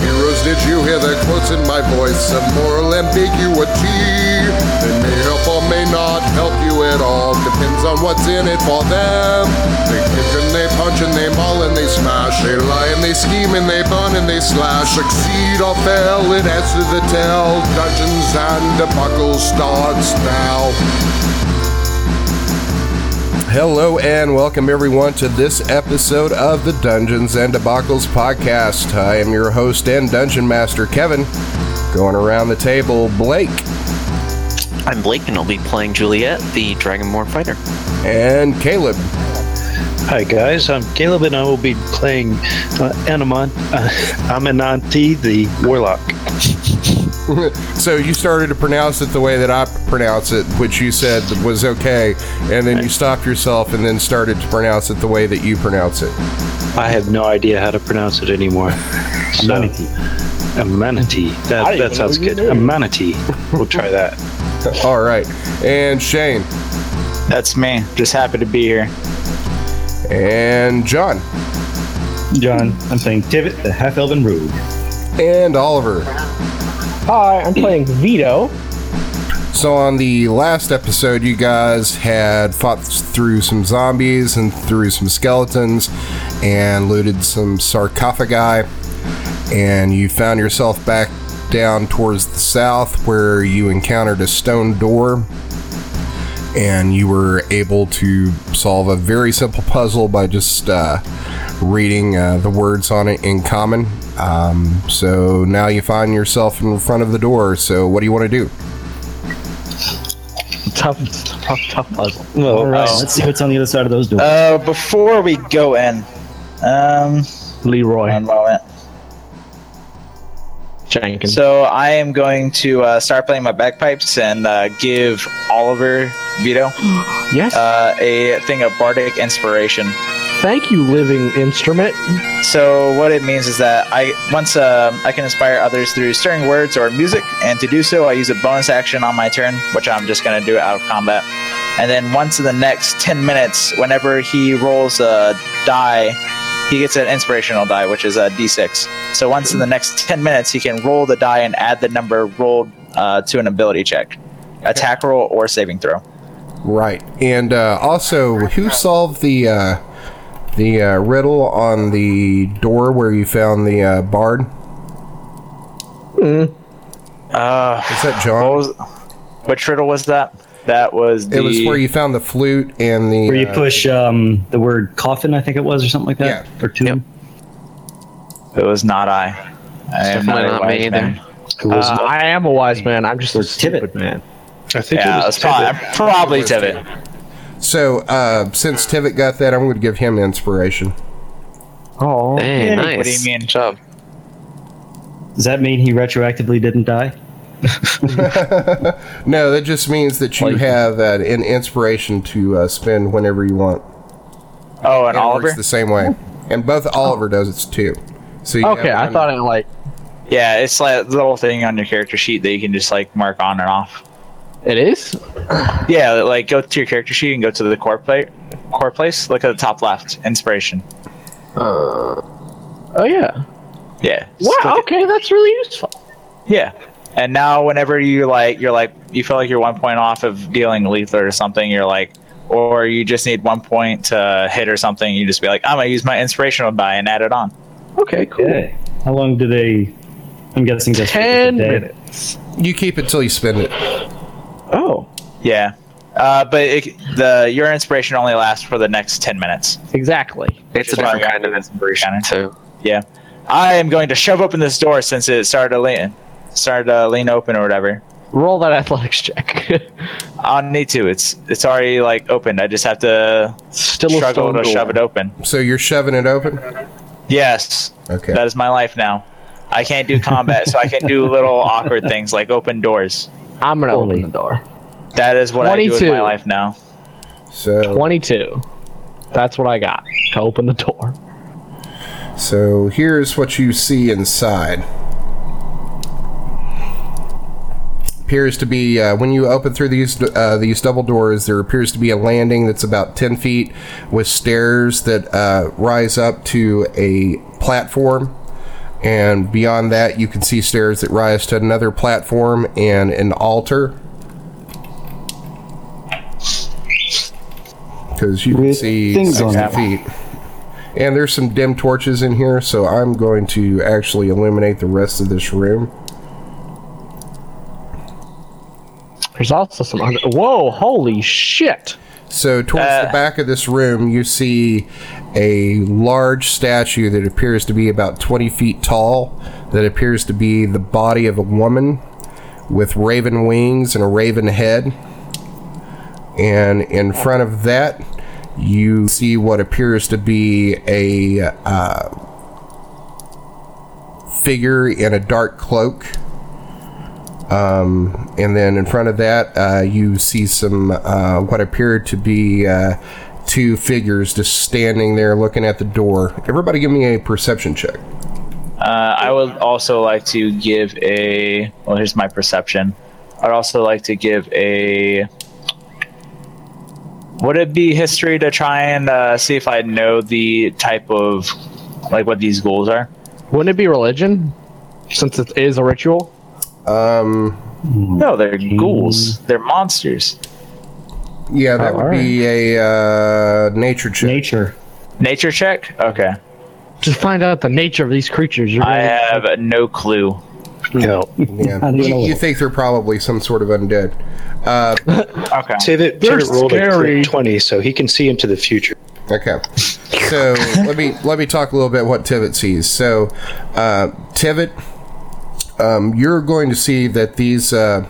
heroes. Did you hear the quotes in my voice? Of moral ambiguity. They may help or may not help you at all. Depends on what's in it for them. They kick and they punch and they maul and they smash. They lie and they scheme and they burn and they slash. Succeed or fail, it adds to the tale. Dungeons and debacle starts now. Hello and welcome everyone to this episode of the Dungeons and Debacles podcast. I am your host and dungeon master Kevin. Going around the table, Blake I'm Blake, and I'll be playing Juliet, the Dragonborn fighter. and Caleb. Hi guys, I'm Caleb, and I will be playing uh, Anamon, uh, Aminanti, the warlock. So you started to pronounce it the way that I pronounce it, which you said was okay, and then you stopped yourself and then started to pronounce it the way that you pronounce it. I have no idea how to pronounce it anymore. So, Aminanti. I That, didn't that sounds even good. know you knew. Aminanti. We'll try that. All right, and Shane That's me. Just happy to be here. and John John, I'm playing Tivit, the half elven rogue. and Oliver. Hi, I'm playing Vito. So on the last episode, you guys had fought through some zombies and through some skeletons, and looted some sarcophagi, and you found yourself back down towards the south, where you encountered a stone door, and you were able to solve a very simple puzzle by just uh, reading uh, the words on it in common. Um, so now you find yourself in front of the door. So what do you want to do? Tough, tough, tough puzzle. All right, oh. let's see what's on the other side of those doors. Uh, before we go in, um, Leroy one moment. Jenkins. So I am going to uh, start playing my bagpipes and uh, give Oliver Vito yes. uh, a thing of bardic inspiration. Thank you, living instrument. So what it means is that I once um I can inspire others through stirring words or music, and to do so, I use a bonus action on my turn, which I'm just going to do out of combat. And then once in the next ten minutes, whenever he rolls a die, he gets an inspirational die, which is a d6. So once in the next ten minutes, he can roll the die and add the number rolled uh, to an ability check, attack roll, or saving throw. Right, and uh, also, who solved the uh, the uh, riddle on the door where you found the uh, bard? Uh, Is that John? which riddle was that? That was the it was where you found the flute and the. Where you uh, push um, the word coffin, I think it was, or something like that, Yeah. or tomb. it was not I. I am definitely not, a not me wise either. man. Uh, I am a wise man. I'm just a stupid man. I think Yeah, it it's was probably, Tivit. probably Tivit. So uh, since Tivit got that, I'm going to give him inspiration. Oh, Hey, Yeah, what nice. do you mean? Good job. Does that mean he retroactively didn't die? No, that just means that you have uh, an inspiration to uh, spend whenever you want. Oh, and it Oliver. works the same way, and both Oliver does it too. So you okay. I thought it like Yeah, it's like the little thing on your character sheet that you can just like mark on and off. it is. Yeah, like go to your character sheet and go to the core plate, core place. Look at the top left, inspiration. Oh yeah. Yeah. just Wow. click it. Okay, that's really useful. Yeah. And now whenever you like, you're like, you feel like you're one point off of dealing lethal or something. You're like, or you just need one point to hit or something. You just be like, I'm gonna use my inspirational die and add it on. Okay, cool. Yeah. How long do they? I'm guessing just for Ten the day. minutes. you keep it till you spend it. Oh, Yeah. Uh, but it, the your inspiration only lasts for the next ten minutes. exactly. It's a Just different like- kind of inspiration, too. Yeah. I am going to shove open this door since it started to lean, started to lean open or whatever. Roll that athletics check. I don't need to. It's it's already like opened. I just have to Still a struggle stone to door. shove it open. So you're shoving it open. Yes, Okay. that is my life now. I can't do combat, so I can do little awkward things like open doors. I'm gonna Holy. open the door. That is what I do with 22. my life now. So, 22. That's what I got. I open the door. so here's what you see inside. Appears to be uh, when you open through these uh, these double doors, there appears to be a landing that's about ten feet with stairs that uh, rise up to a platform. And beyond that, you can see stairs that rise to another platform and an altar. Because you can With see things on 60 it. feet. And there's some dim torches in here, so I'm going to actually illuminate the rest of this room. There's also some other. Whoa, holy shit! So towards the Uh. back of this room, you see a large statue that appears to be about 20 feet tall, that appears to be the body of a woman with raven wings and a raven head. And in front of that, you see what appears to be a uh, figure in a dark cloak. And then in front of that, uh, you see some uh, what appear to be uh, two figures just standing there looking at the door. Everybody, give me a perception check. Uh, I would also like to give a. Well, here's my perception. I'd also like to give a. Would it be history to try and uh, see if I know the type of, like, what these ghouls are? Wouldn't it be religion? Since it is a ritual? Um, Hmm. No, they're ghouls. They're monsters. Yeah, that Oh, would be a uh, nature check. Nature. Nature check. Okay, Just find out the nature of these creatures. You're I gonna- have no clue. No. Yeah. I don't know. You, you think they're probably some sort of undead. Okay. Tivit, They're Tivit rolled a crit scary. 20, so he can see into the future. Okay. So let me let me talk a little bit what Tivit sees. So uh, Tivit, um, you're going to see that these uh,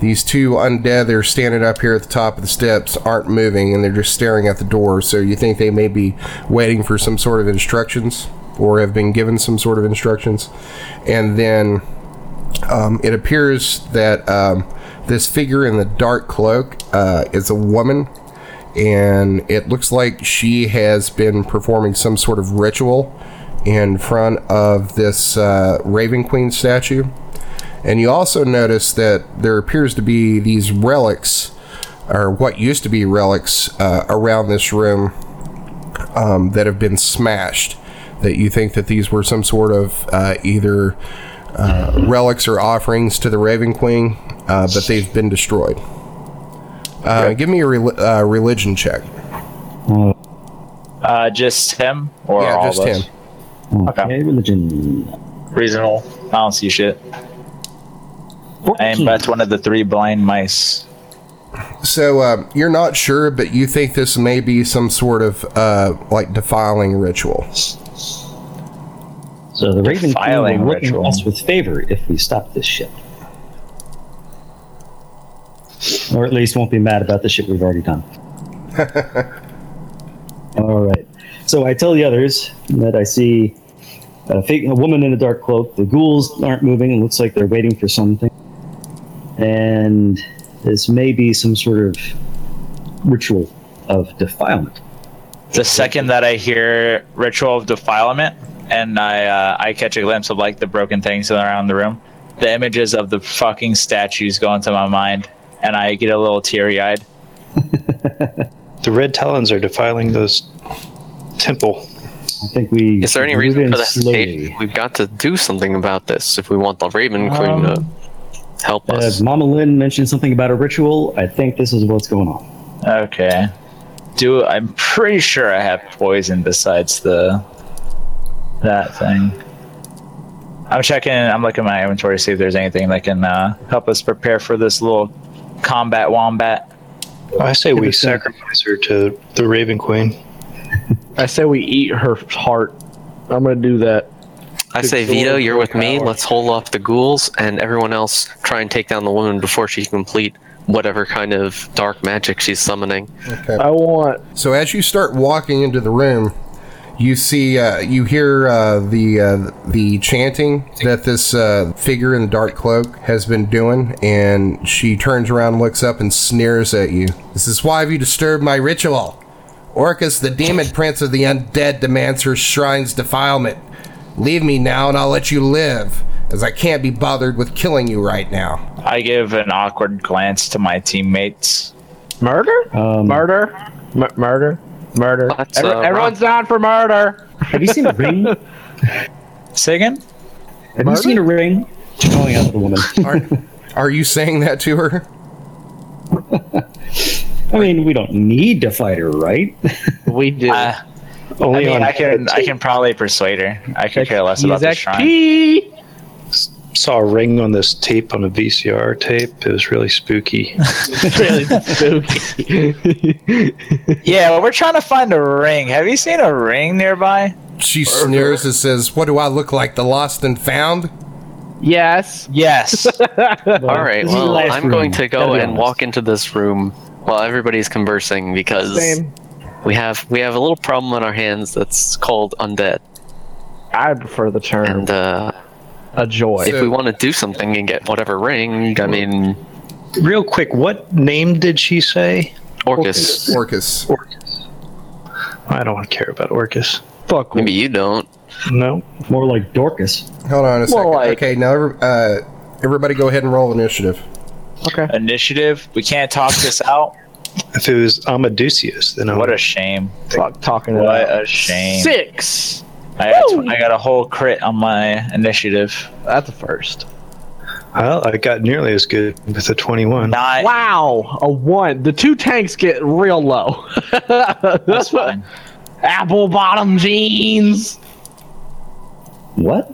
these two undead that are standing up here at the top of the steps aren't moving and they're just staring at the door. So you think they may be waiting for some sort of instructions or have been given some sort of instructions, and then um, it appears that um, this figure in the dark cloak uh, is a woman and it looks like she has been performing some sort of ritual in front of this uh, Raven Queen statue. And you also notice that there appears to be these relics, or what used to be relics, uh, around this room um, that have been smashed. That you think that these were some sort of uh, either uh, relics or offerings to the Raven Queen, uh, but they've been destroyed. Uh, Give me a rel uh, religion check. Uh, just him or yeah, all just of him. us? Okay, religion. Reasonable. I don't see shit. And that's one of the three blind mice. So uh, you're not sure, but you think this may be some sort of uh, like defiling ritual. So the Raven Queen Defiling will look at ritual. us with favor if we stop this shit. Or at least won't be mad about the shit we've already done. All right. So I tell the others that I see a, fig- a woman in a dark cloak. The ghouls aren't moving. It looks like they're waiting for something. And this may be some sort of ritual of defilement. The second that I hear ritual of defilement, and I uh, I catch a glimpse of like the broken things around the room, the images of the fucking statues go into my mind, and I get a little teary eyed. The red talons are defiling those temple. I think we. Is there any should move reason in for that? slowly. Hey, Uh, We've got to do something about this if we want the Raven Queen Um, to help Uh, us. Mama Lynn mentioned something about a ritual. I think this is what's going on. Okay. Do I'm pretty sure I have poison besides the that thing. I'm checking. I'm looking at my inventory to see if there's anything that can uh, help us prepare for this little combat wombat. I say we Tivit's gonna- sacrifice her to the Raven Queen. I say we eat her heart. I'm gonna do that. I say, Good Vito, lord, you're with me. power. Let's hold off the ghouls and everyone else. Try and take down the woman before she can complete whatever kind of dark magic she's summoning. I want. So as you start walking into the room, You see, uh, you hear uh, the uh, the chanting that this uh, figure in the dark cloak has been doing, and she turns around, looks up, and sneers at you. This is why you disturbed my ritual. Orcus, the demon prince of the undead, demands her shrine's defilement. Leave me now, and I'll let you live, as I can't be bothered with killing you right now. I give an awkward glance to my teammates. Murder? Um, murder? M- murder? Murder? That's, Every- uh, everyone's down for murder. have you seen a ring? Have Say again? you seen a ring? Going out with a woman. Are, are you saying that to her? I mean, we don't need to fight her, right? We do. Uh, I Only mean, on I can I can probably persuade her. I could care less about the Use shrine. XP. saw a ring on this tape on a VCR tape. It was really spooky. Really spooky. Yeah, well, we're trying to find a ring. Have you seen a ring nearby? She sneers and says, What do I look like, the lost and found? yes. Yes. All right. This is the Well, last I'm room, going to gotta go be and honest. walk into this room while everybody's conversing because Same. we have we have a little problem on our hands that's called undead, I prefer the term and uh, a joy. if we want to do something and get whatever ring, I mean, Real quick, what name did she say? Orcus. Orcus. I don't care about Orcus. Fuck. Maybe you don't. No. More like Dorcas. Hold on a second. like- okay, now every- uh, everybody go ahead and roll initiative. Okay. Initiative. We can't talk this out. If it was Amadeus, then I What would a shame. Fuck talking What about a shame. six. I got, I got a whole crit on my initiative. That's a first. Well, I got nearly as good with a 21. Not. Wow, a one. The two tanks get real low. That's fine. Apple bottom jeans. What?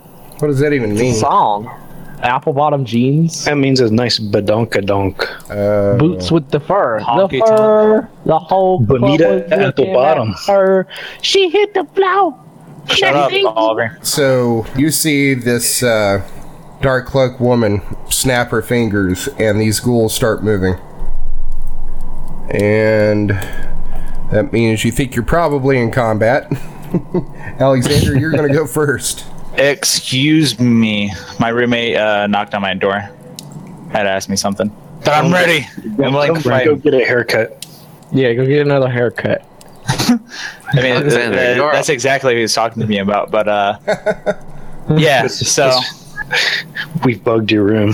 What does that even mean? Song. Apple bottom jeans. That means a nice badonkadonk. Uh, Boots with the fur. Honky the tonk. fur. The whole club Bonita was apple looking at bottom. Her. She hit the flower. Shut up, Oliver. So you see this uh, dark cloak woman snap her fingers, and these ghouls start moving. And that means you think you're probably in combat. Alexander, you're going to go first. Excuse me. My roommate uh, knocked on my door. Had asked me something. But I'm ready. I'm willing to fight. Go get a haircut. Yeah, go get another haircut. I mean, th- Alexander, th- you're that's exactly what he was talking to me about. But uh, yeah. So We've bugged your room.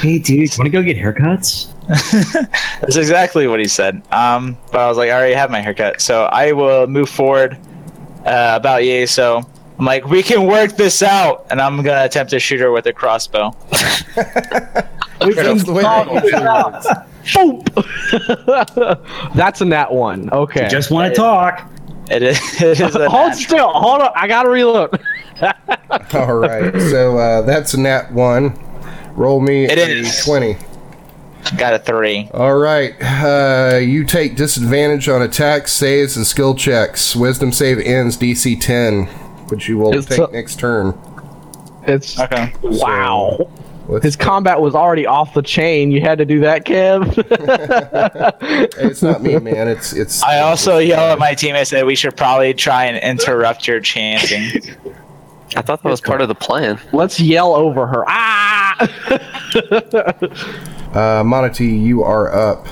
Hey, dude, want to go get haircuts? that's exactly what he said. Um, but I was like, I already have my haircut, so I will move forward uh, about yay. So I'm like, we can work this out, and I'm gonna attempt to shoot her with a crossbow. Wait, Oh, Boop. That's a nat one. Okay. Just want to talk. It is. It is a Hold still. Hold on. I gotta reload. All right. So uh, that's a nat one. Roll me It a is. 20. got a three. All right. Uh, you take disadvantage on attacks, saves, and skill checks. Wisdom save ends DC 10, which you will It's take a- next turn. It's Okay. wow. Let's- His combat was already off the chain. You had to do that, Kev. Hey, it's not me, man. It's it's. I also yell at my teammates that we should probably try and interrupt your chanting. I thought that was part of the plan. Let's yell over her. Ah! Uh, Monty, you are up.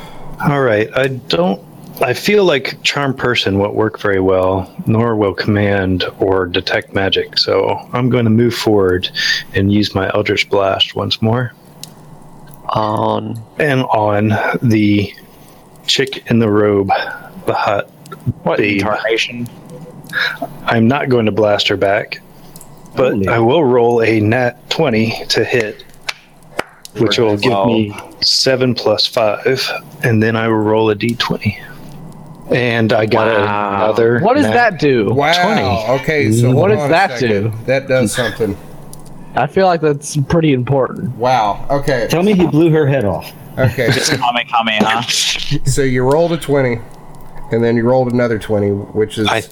All right. I don't. I feel like charm person won't work very well, nor will command or detect magic. So I'm going to move forward and use my eldritch blast once more, On and on the chick in the robe, the hut. What Babe. incarnation? I'm not going to blast her back, but Holy. I will roll a nat 20 to hit, which will give me 7 plus 5, and then I will roll a d20. And I got another. what does nat- that do? Wow. Okay. So What hold on a does that second. That does something. I feel like that's pretty important. Wow. Okay. Tell me he blew her head off. Okay. Just comment, comment, huh? so you rolled a twenty, and then you rolled another twenty, which is I,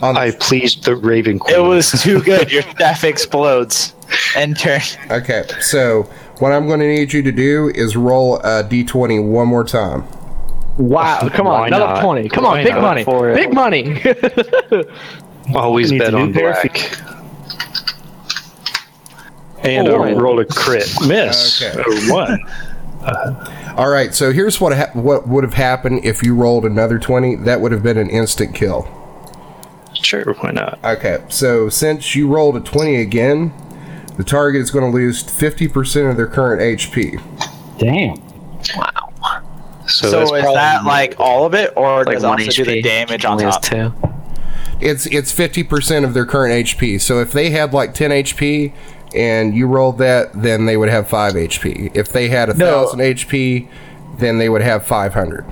on the- I, I pleased the Raven Queen. It was too good. Your staff explodes. Enter. okay. So what I'm going to need you to do is roll a d20 one more time. Wow. Come on. Why Another not? 20. Come on. Why Big not? money. For it. Big money. Always Needs a bet new on pair of black. And I Oh. rolled a crit miss Okay. or one. All right, so here's what ha- what would have happened if you rolled another 20. That would have been an instant kill. Sure, why not? Okay, so since you rolled a 20 again, the target is going to lose 50% of their current HP. Damn. So, So, that's is probably- that like all of it, or Like does it one also HP. do the damage on only has top? two. It's it's 50% of their current HP. So if they had like 10 HP and you rolled that, then they would have 5 HP. If they had a 1000 HP, then they would have 500.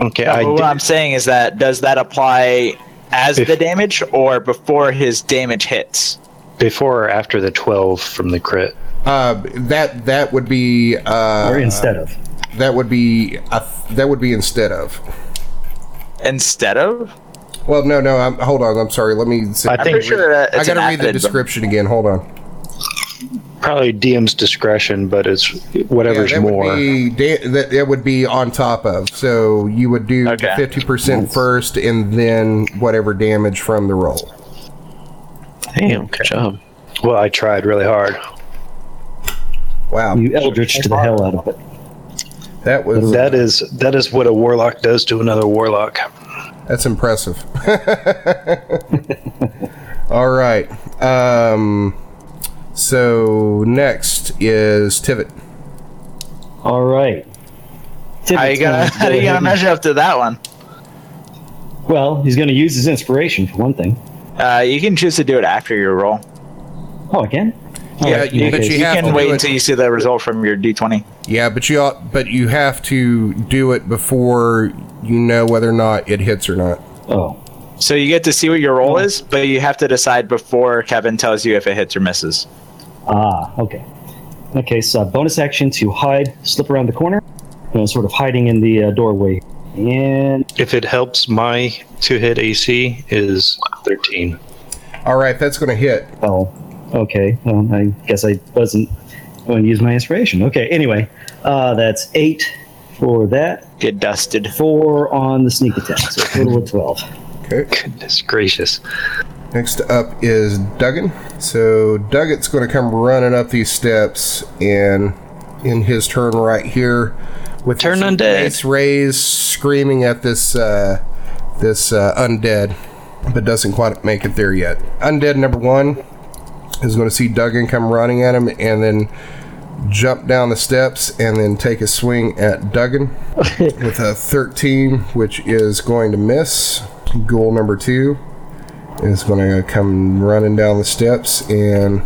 okay? No, I but what did- I'm saying is that does that apply as If- the damage or before his damage hits? before or after the twelve from the crit. Uh, that that would be uh, Or instead of. that would be a th- that would be instead of. Instead of, Well, no, no. I'm, hold on. I'm sorry. Let me. See. I I'm think pretty sure that I it's gotta an read the added, but- description again. Hold on. Probably DM's discretion, but it's Yeah, whatever's that more. would be da- that, that would be on top of. So you would do Okay. fifty percent first, and then whatever damage from the roll. Damn, good job. Well, I tried really hard. Wow, You Uh, eldritch to the hell out of it. that was That is that is what a warlock does to another warlock. that's impressive. All right. Um, so next is Tivit. All right. How you gonna how you gonna measure up to that one? Well, he's going to use his inspiration for one thing. Uh, you can choose to do it after your roll. Oh, again? Yeah, Alright, you- okay. but you You have to can do wait it- until you see the result from your d20. Yeah, but you ought, but you have to do it before you know whether or not it hits or not. Oh, So you get to see what your roll is, but you have to decide before Kevin tells you if it hits or misses. ah, okay. Okay, so uh, bonus action to hide, slip around the corner. You know, sort of hiding in the uh, doorway. And If it helps, my two hit AC is thirteen. All right, that's going to hit. Oh, okay. Well, I guess I wasn't going to use my inspiration. Okay. Anyway, uh, that's eight for that. Get dusted. Four on the sneak attack. So a total of twelve. Goodness gracious! Next up is Duggan. So Duggan's going to come running up these steps and in his turn right here with Turn his undead. face raised, screaming at this uh, this uh, undead, but doesn't quite make it there yet. Undead number one is going to see Duggan come running at him and then jump down the steps and then take a swing at Duggan with a 13, which is going to miss. Goal number two is going to come running down the steps and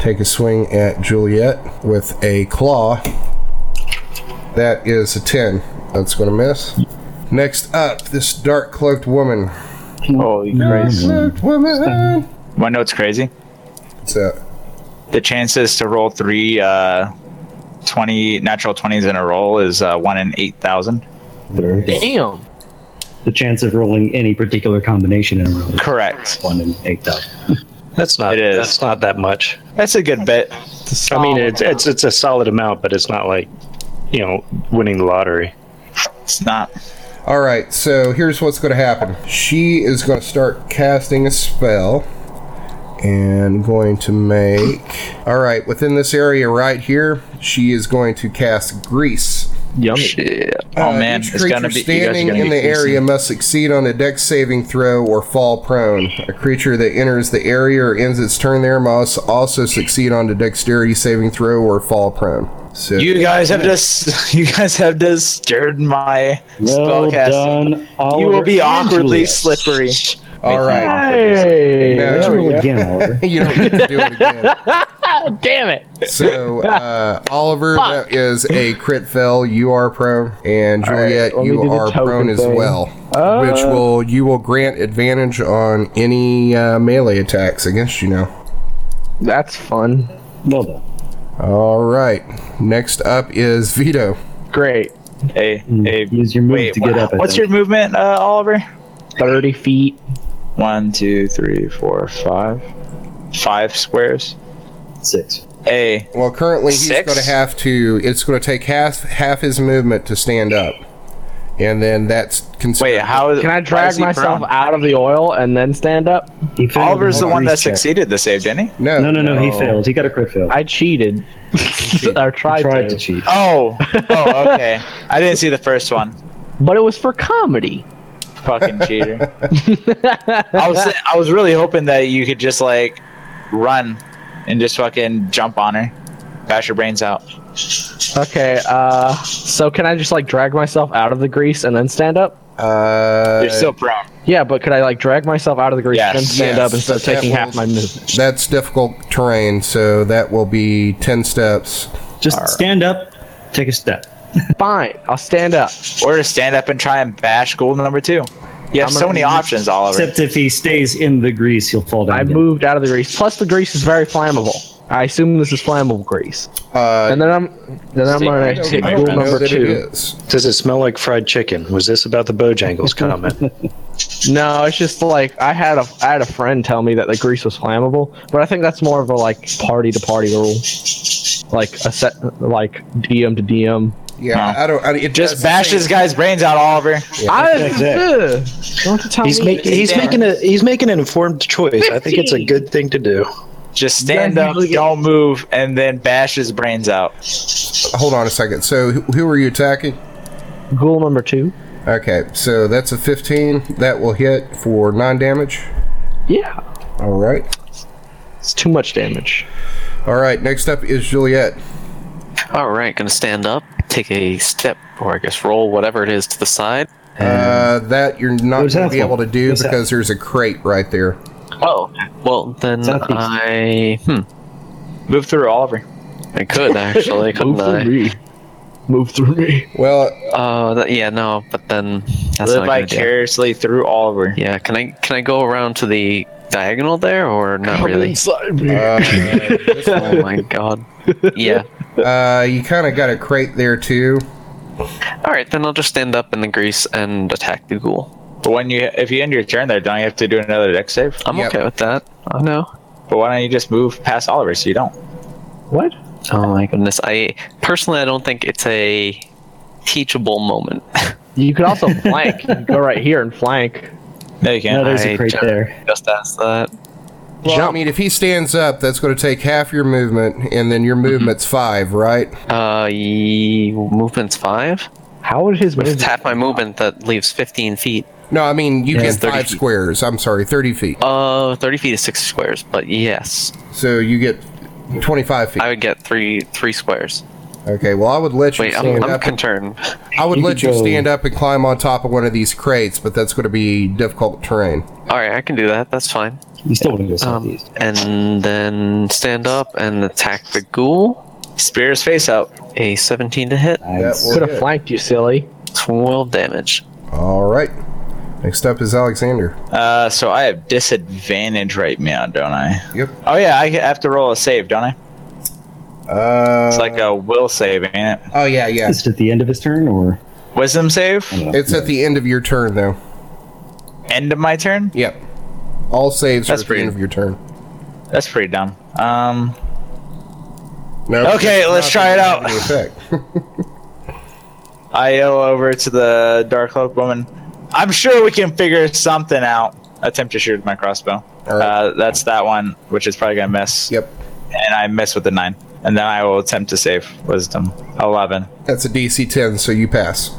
take a swing at Juliet with a claw. That is a 10. That's going to miss. Next up, this dark cloaked woman. Holy Christ. Cloaked woman! One note's crazy. What's that? The chances to roll three uh, 20 natural 20s in a roll is uh, one in 8,000. Damn. The chance of rolling any particular combination in a row is Correct. one in eight thousand. That's not It is. that's not that much. That's a good bit. I mean, Oh. it's it's it's a solid amount, but it's not like you know winning the lottery. It's not. All right, so here's what's going to happen. She is going to start casting a spell and going to make. All right, within this area right here, she is going to cast Grease. Yummy. Shit. Oh, Uh, man. each It's going to creature be. You guys are standing going to in be. the facing- area must succeed on a dex saving throw or fall prone. A creature that enters the area or ends its turn there must also succeed on a dexterity saving throw or fall prone. So You guys have just. You guys have disturbed my Well spellcasting. done, Oliver. You will be and awkwardly Juliet. slippery. all right, Hey. No. there we Roll go. again, Oliver. you don't need to do it again. Ah, damn it. So uh, Oliver Fuck. that is a crit fell. You are prone, and Juliet, let me do you the are token prone as thing. Uh. well, which will you will grant advantage on any uh, melee attacks against you now. That's fun. Well done. All right. Next up is Vito. Great. Hey, hey. Use your Hmm. move Wait, to get wow. up. I What's think. your movement, uh, Oliver? 30 feet. One, two, three, four, five. Five squares. six? A. Well, currently he's Six? going to have to. It's going to take half half his movement to stand up, and then that's considered. Wait, how is Can I why is drag he myself prone? out of the oil and then stand up? He failed Oliver's the on one that grease check. succeeded the save, didn't he? No, No, no, no. He failed. He got a crit fail. I cheated. I tried, I tried to. to cheat. Oh, oh, okay. I didn't see the first one. but it was for comedy. Fucking cheater. I was I was really hoping that you could just like run and just fucking jump on her, bash her brains out. Okay, uh, so can I just like drag myself out of the grease and then stand up? Uh, You're still prone. Yeah, but could I like drag myself out of the grease Yes. and then stand Yes, up instead of that- that taking half will- my movement? That's difficult terrain, so that will be 10 steps. Just stand up, take a step. Fine, I'll stand up. Or to stand up and try and bash goal number two. You have I'm so gonna many use- options, Oliver. Except if he stays in the grease, he'll fall down. I again. moved out of the grease. Plus, the grease is very flammable. I assume this is flammable grease. Uh, And then I'm then I'm See, I gonna don't take know rule I know number that it two. is. Does it smell like fried chicken? Was this about the Bojangles comment? No, it's just like I had a I had a friend tell me that the grease was flammable, but I think that's more of a like party to party rule, like a set like DM to DM. Yeah, I don't. I, it Just does- bash this guy's brains out, Oliver. I exact. ugh, don't have to tell He's me. making he's Damn. making a he's making an informed choice. I think it's a good thing to do. Just stand Then up, you look at- don't move, and then bash his brains out. Hold on a second. So, who who are you attacking? Ghoul number two. Okay, so that's a 15. That will hit for 9 damage. Yeah, All right. it's too much damage. All right, next up is Juliet. All right, gonna stand up, take a step, or I guess roll whatever it is to the side. Uh, that you're not Where's going to that be from? able to do Where's that? because there's a crate right there. Oh, well then Southeast. I hmm Move through, Oliver. I could actually couldn't I? me. Move through me. Well, Oh that, yeah no, but then that's not Live a good idea. vicariously through Oliver. Yeah, can I can I go around to the diagonal there or not really? Inside me. uh, this Oh one, my god. Yeah. uh, you kind of got a crate there too. All right, then I'll just stand up in the grease and attack the ghoul. But when you if you end your turn there, don't you have to do another deck save? I'm Yep. okay with that. Oh, I know. But why don't you just move past Oliver so you don't? What? Oh my goodness. I personally I don't think it's a teachable moment. You could also flank. You could go right here and flank. No, you can't. No, there's I a crate just- there. just ask that. Well, I Jump. mean, if he stands up, that's going to take half your movement, and then your movement's five, right? Uh, ye- movement's five. How would his If move? it's half my movement, that leaves 15 feet. No, I mean you Yeah. get 30 five feet. squares. I'm sorry, thirty feet. Uh, 30 feet is six squares, but yes, So you get twenty-five feet. I would get three three squares. okay. Well, I would let you Wait, I'm, stand I'm up. concerned. I would you let could you go- stand up and climb on top of one of these crates, but that's going to be difficult terrain. All right, I can do that. That's fine. You still want to go Um, southeast. and then stand up and attack the ghoul. Spear's face out. A 17 to hit, That Nice. will Could have hit. flanked you, silly. 12 damage. All right. Next up is Alexander. Uh, so I have disadvantage right now, don't I? Yep. Oh yeah, I have to roll a save, don't I? Uh, It's like a will save, ain't it? oh yeah, yeah. Is it at the end of his turn or? Wisdom save. It's at the end of your turn though. End of my turn. Yep. All saves That's are at the pretty- end of your turn. That's pretty dumb. Um, No. Okay, it's let's not try it gonna have out. any effect. I yell over to the dark cloak woman. I'm sure we can figure something out. Attempt to shoot with my crossbow. All right. Uh, that's that one, which is probably gonna miss. yep. And I miss with the nine. And then I will attempt to save wisdom. Eleven. That's a DC 10, so you pass.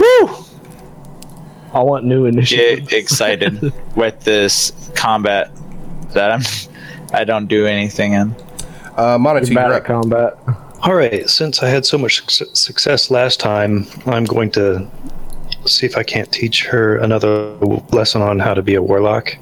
Woo! I want new initiative. get excited with this combat that I'm I don't do anything in. Uh, Monotone, Bad you're at up. combat. All right, since I had so much suc- success last time, I'm going to see if I can't teach her another lesson on how to be a warlock.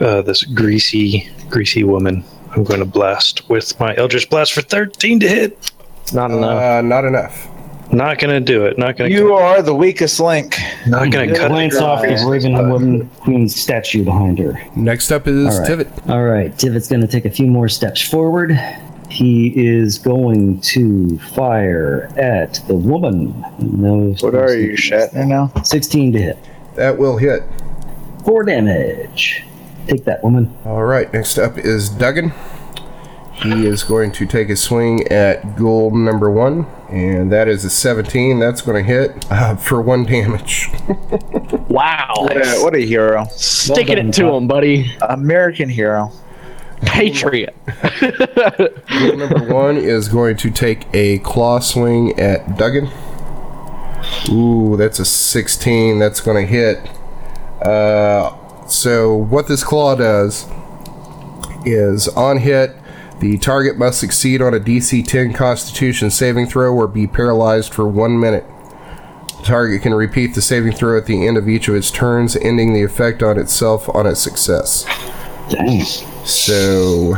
Uh, this greasy, greasy woman. I'm going to blast with my Eldritch Blast for 13 to hit. Not enough. Uh, not enough. Not going to do it. Not going to. You are the weakest link. not going to cut. it. Glance off the Raven Woman Queen statue behind her. Next up is All right. Tivit. All right, Tivet's going to take a few more steps forward. He is going to fire at the woman. No, Shatner now? 16 to hit. That will hit. Four damage. Take that, woman. All right, next up is Duggan. He is going to take a swing at goal number one, And that is a 17. That's going to hit uh, for one damage. Wow. What a, what a hero. Sticking it to him, buddy. American hero. Patriot. Rule number one is going to take a claw swing at Duggan. Ooh, that's a 16. That's going to hit. Uh, so, what this claw does is on hit, the target must succeed on a DC 10 Constitution saving throw or be paralyzed for one minute. The target can repeat the saving throw at the end of each of its turns, ending the effect on itself on its success. Dang. So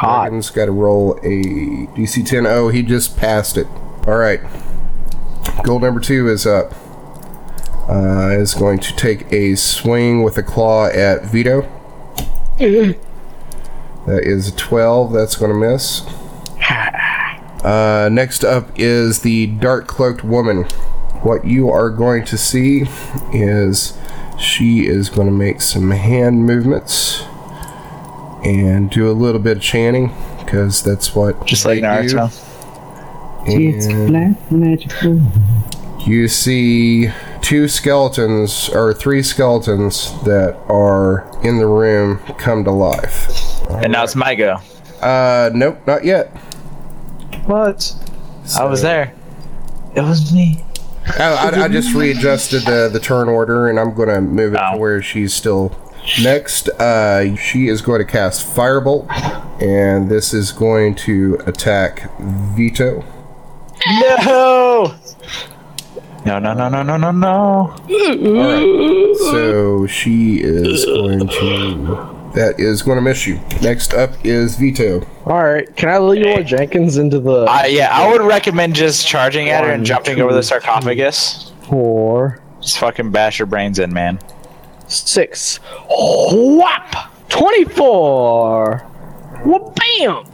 Duggan's got to roll a DC 10. Oh, he just passed it. All right. Goal number two is up. Uh, is going to take a swing with a claw at Vito. that is a 12. That's going to miss. Uh, next up is the dark cloaked woman. What you are going to see is she is going to make some hand movements and do a little bit of chanting because that's what Just like they do. Naruto. It's And- black magical. you see two skeletons or three skeletons that are in the room come to life. And now it's my go. Uh, nope, not yet. What? I was So- there. It was me. I, I, I just readjusted the, the turn order and I'm going to move it Ow. to where she's still. Next, uh, she is going to cast Firebolt, and this is going to attack Vito. No! No, no, no, no, no, no, no. So she is going to. That is going to miss you. Next up is Vito. All right. Can I Leroy Jenkins into the I, yeah, I would recommend just charging at her and One, jumping two, over the sarcophagus. four Just fucking bash her brains in, man. six? Whap! Twenty-four. Wha bam! All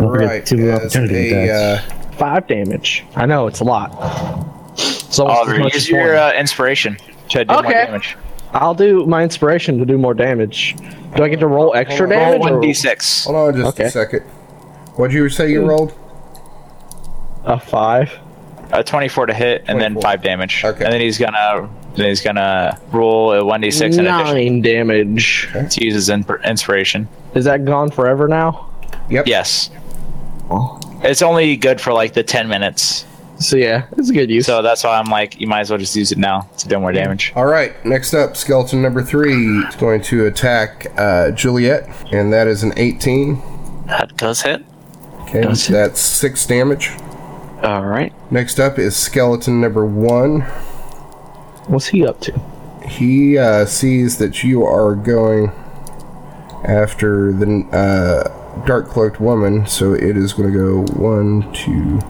Don't forget right, two as opportunity a, uh, attacks. Five damage. I know it's a lot. It's almost as Oliver, much use as one. your uh, inspiration to do more Okay. damage. I'll do my inspiration to do more damage. Do I get to roll extra Oh, Roll damage? or- one d6. Hold on just a Okay. second. What'd you say you rolled? A five. A 24 to hit, and then 24. five damage. Okay. And then he's gonna then he's gonna roll a one d6 in addition Nine damage. to use his in- inspiration. Is that gone forever now? Yep. Yes, Oh. it's only good for like the 10 minutes, So yeah, it's a good use. so that's why I'm like, you might as well just use it now to do more damage. All right. Next up, skeleton number three is going to attack uh, Juliet, and that is an 18. That does hit. Okay, Does it? that's six damage. All right. Next up is skeleton number one. What's he up to? He uh, sees that you are going after the uh, dark cloaked woman, so it is going to go one, two,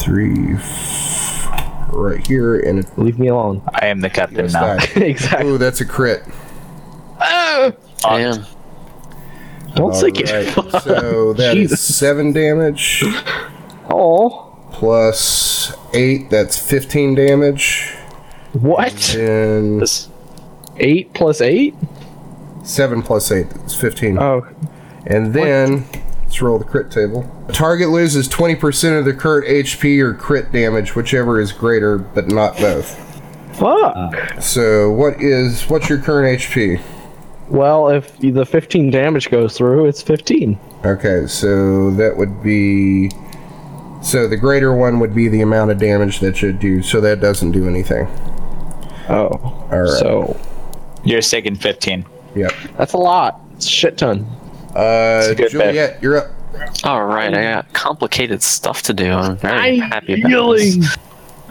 three, f- right here, and it Leave me alone. I am the captain goes now. back. exactly. Ooh, that's a crit. Damn. Don't All sink it. right, so that is seven damage Oh, plus eight. That's fifteen damage. what? And This- Eight plus eight? seven plus eight is fifteen. Oh, and then let's roll the crit table. Target loses twenty percent of their current HP or crit damage, whichever is greater, but not both. fuck. So what is what's your current HP? well, if the 15 damage goes through, it's 15. Okay, so that would be. So the greater one would be the amount of damage that you do. So that doesn't do anything. Oh, All right. so You're taking 15. Yep. that's a lot. It's a shit ton. Uh, a good bet. Juliet, you're up. All right. I got complicated stuff to do. I'm very happy about Yelling. this.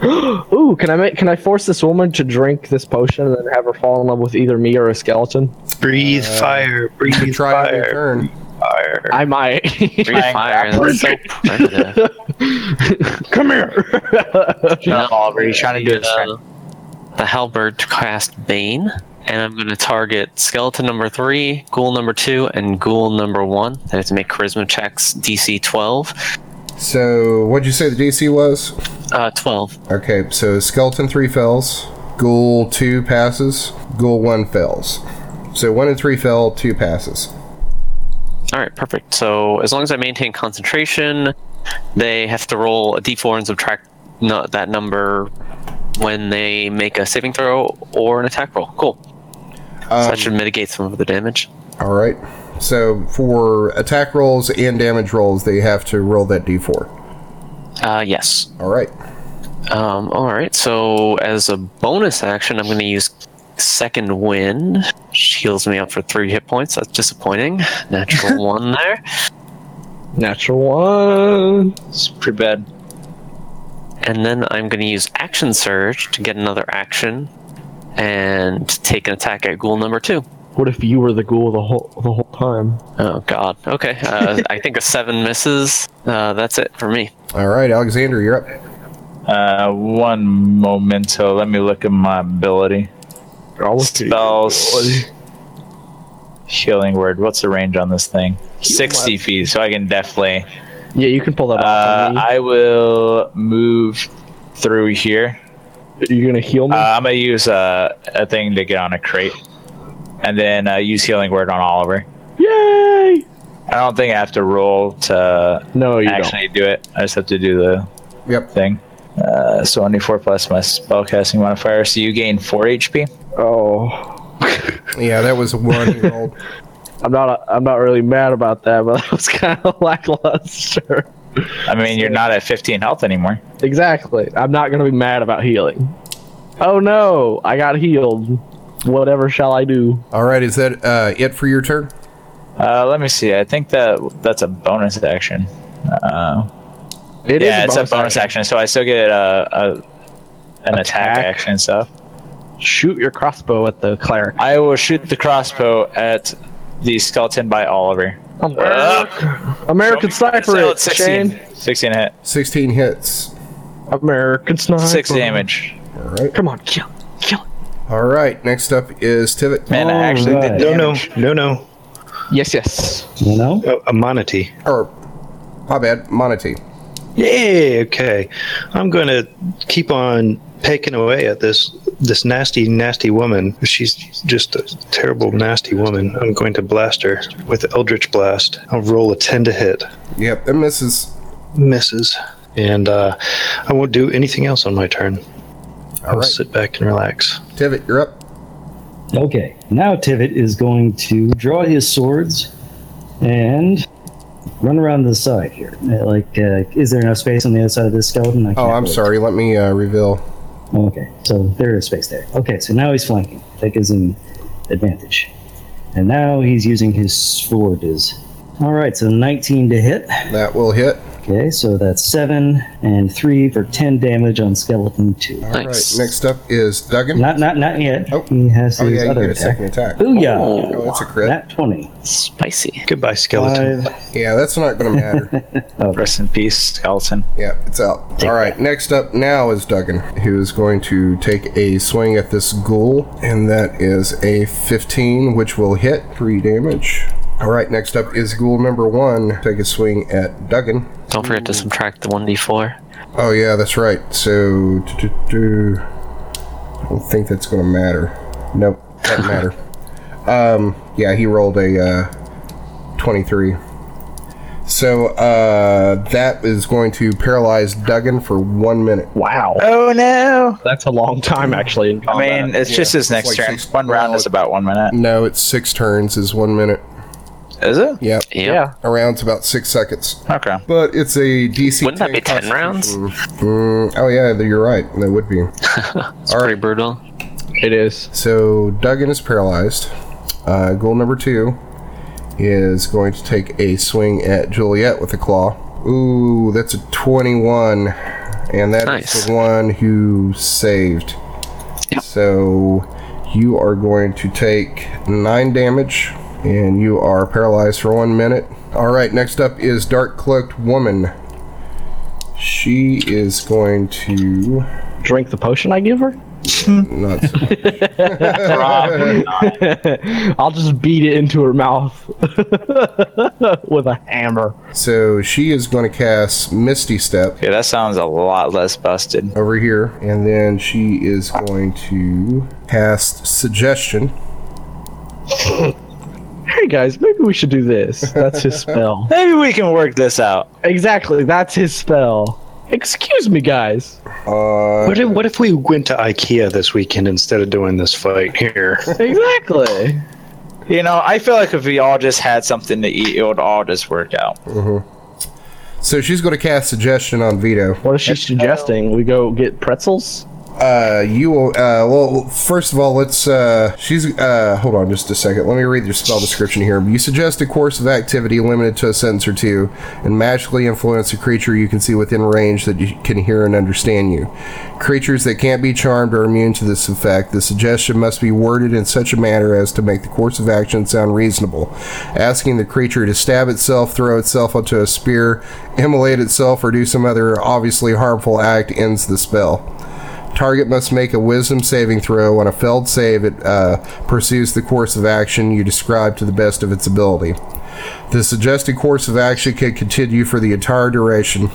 Ooh, can I make? Can I force this woman to drink this potion and then have her fall in love with either me or a skeleton? Breathe fire. Breathe Try on your fire. turn. Fire. I might. Free fire. That's so primitive. Come here. No, Oliver, he's trying to do Uh, his turn. the halberd to cast Bane, and I'm going to target skeleton number three, ghoul number two, and ghoul number one. They have to make charisma checks, DC 12. So what'd you say the DC was? Uh, 12. Okay, so skeleton three fails, ghoul two passes, ghoul one fails. So one and three fail, two passes. All right, perfect. So as long as I maintain concentration, they have to roll a d4 and subtract no, that number when they make a saving throw or an attack roll. Cool. so that should mitigate some of the damage. All right. So for attack rolls and damage rolls, they have to roll that d4. Uh, yes. All right. Um, all right. So as a bonus action, I'm going to use second wind. Which heals me up for three hit points. That's disappointing. Natural one there. Natural one. It's pretty bad. And then I'm going to use action surge to get another action and take an attack at ghoul number two. What if you were the ghoul the whole the whole time? Oh God. Okay. Uh, I think a seven misses. Uh, that's it for me. All right, Alexander, you're up. Uh, one momento. Let me look at my ability. Spells. Healing word. What's the range on this thing? 60 feet, so I can definitely. Yeah, you can pull that off. Uh, on me. I will move through here. You're gonna heal me. Uh, I'm gonna use uh, a thing to get on a crate, and then uh, use healing word on Oliver. Yay! I don't think I have to roll to No, you actually do it. I just have to do the Yep. thing. Uh, so only four plus my spellcasting modifier. So you gain four HP. don't. Oh, Yeah, that was one he rolled. I'm not. I'm not really mad about that, but that was kind of lackluster. I mean, you're not at 15 health anymore. Exactly. I'm not gonna be mad about healing. Oh no! I got healed. Whatever shall I do? All right, is that uh, it for your turn? Uh, let me see. I think that that's a bonus action. Uh, It is yeah, it's a bonus action. so I still get uh, a, a an attack, Attack. action and stuff. Shoot your crossbow at the cleric. I will shoot the crossbow at the skeleton by Oliver. American sniper, So it's it, Shane. 16, 16 hit, 16 hits. American sniper. six damage. All right. Come on, kill, kill. All right, next up is Tivit. Man, I actually Alright. did No, damage. no, no, no. Oh, Yes, yes. You know? A, a manatee. Or, my bad, Monty. Yay! Okay, I'm going to keep on pecking away at this this nasty, nasty woman. She's just a terrible, nasty woman. I'm going to blast her with Eldritch Blast. I'll roll a ten to hit, Yep, that misses. misses, and uh, I won't do anything else on my turn. All I'll right, sit back and relax. Tivit, you're up. Okay. Now Tivit is going to draw his swords and run around the side here. Uh, Like, uh, is there enough space on the other side of this skeleton? I Oh, can't I'm really sorry. Let me uh, reveal. Okay, so there is space there. Okay, so now he's flanking. That gives him advantage. And now he's using his sword is. All right, so 19 to hit. That will hit. Okay, so that's 7 and 3 for 10 damage on skeleton 2. All right, Nice. next up is Duggan. Not not not yet. Oh. He has Oh, his yeah, you other get a second attack. attack. Booyah! Oh, that's a crit. Nat 20. Spicy. Goodbye, skeleton. 5. Yeah, that's not going to matter. Rest in peace, skeleton. yeah, it's out. All right, next up now is Duggan, who is going to take a swing at this ghoul, and that is a 15, which will hit 3 damage. All right, next up is ghoul number 1. Take a swing at Duggan. Don't forget to subtract the 1d4. Oh yeah, that's right. So, do, do, do. I don't think that's gonna matter. Nope, doesn't matter. Um, yeah, he rolled a uh, twenty-three. So uh, that is going to paralyze Duggan for one minute. Wow. Oh no! That's a long time, actually. In I mean, it's just his next like turn. six- One round well, is about one minute. No, it's six turns is one minute. Is it? Yep, Yep. yeah. a round's about six seconds. Okay. But it's a DC. Wouldn't that be 10 rounds? constitution. Mm, oh yeah, you're right. That would be. It's pretty brutal. It is. So Duggan is paralyzed. Uh, goal number two is going to take a swing at Juliet with a claw. Ooh, that's a 21. And that is Nice. the one who saved. Yep. So you are going to take nine damage and you are paralyzed for one minute. All right, next up is Dark Cloaked Woman. She is going to Drink the potion I give her. not I'll just beat it into her mouth with a hammer. So she is going to cast Misty Step Yeah, that sounds a lot less busted. over here, and then she is going to cast Suggestion. hey guys, maybe we should do this. That's his spell. Maybe we can work this out. exactly, that's his spell. Excuse me, guys. Uh, What if, what if we went to IKEA this weekend instead of doing this fight here? Exactly. You know, I feel like if we all just had something to eat, it would all just work out. so she's going to cast suggestion on Vito. What is she suggesting? We go get pretzels? Uh, you will. Uh, well, first of all, let's. Uh, she's. Uh, hold on, just a second. Let me read your spell description here. You suggest a course of activity limited to a sentence or two, and magically influence a creature you can see within range that you can hear and understand you. Creatures that can't be charmed are immune to this effect. The suggestion must be worded in such a manner as to make the course of action sound reasonable. Asking the creature to stab itself, throw itself onto a spear, immolate itself, or do some other obviously harmful act ends the spell. Target must make a wisdom saving throw. On a failed save, it uh, pursues the course of action you describe to the best of its ability. The suggested course of action can continue for the entire duration.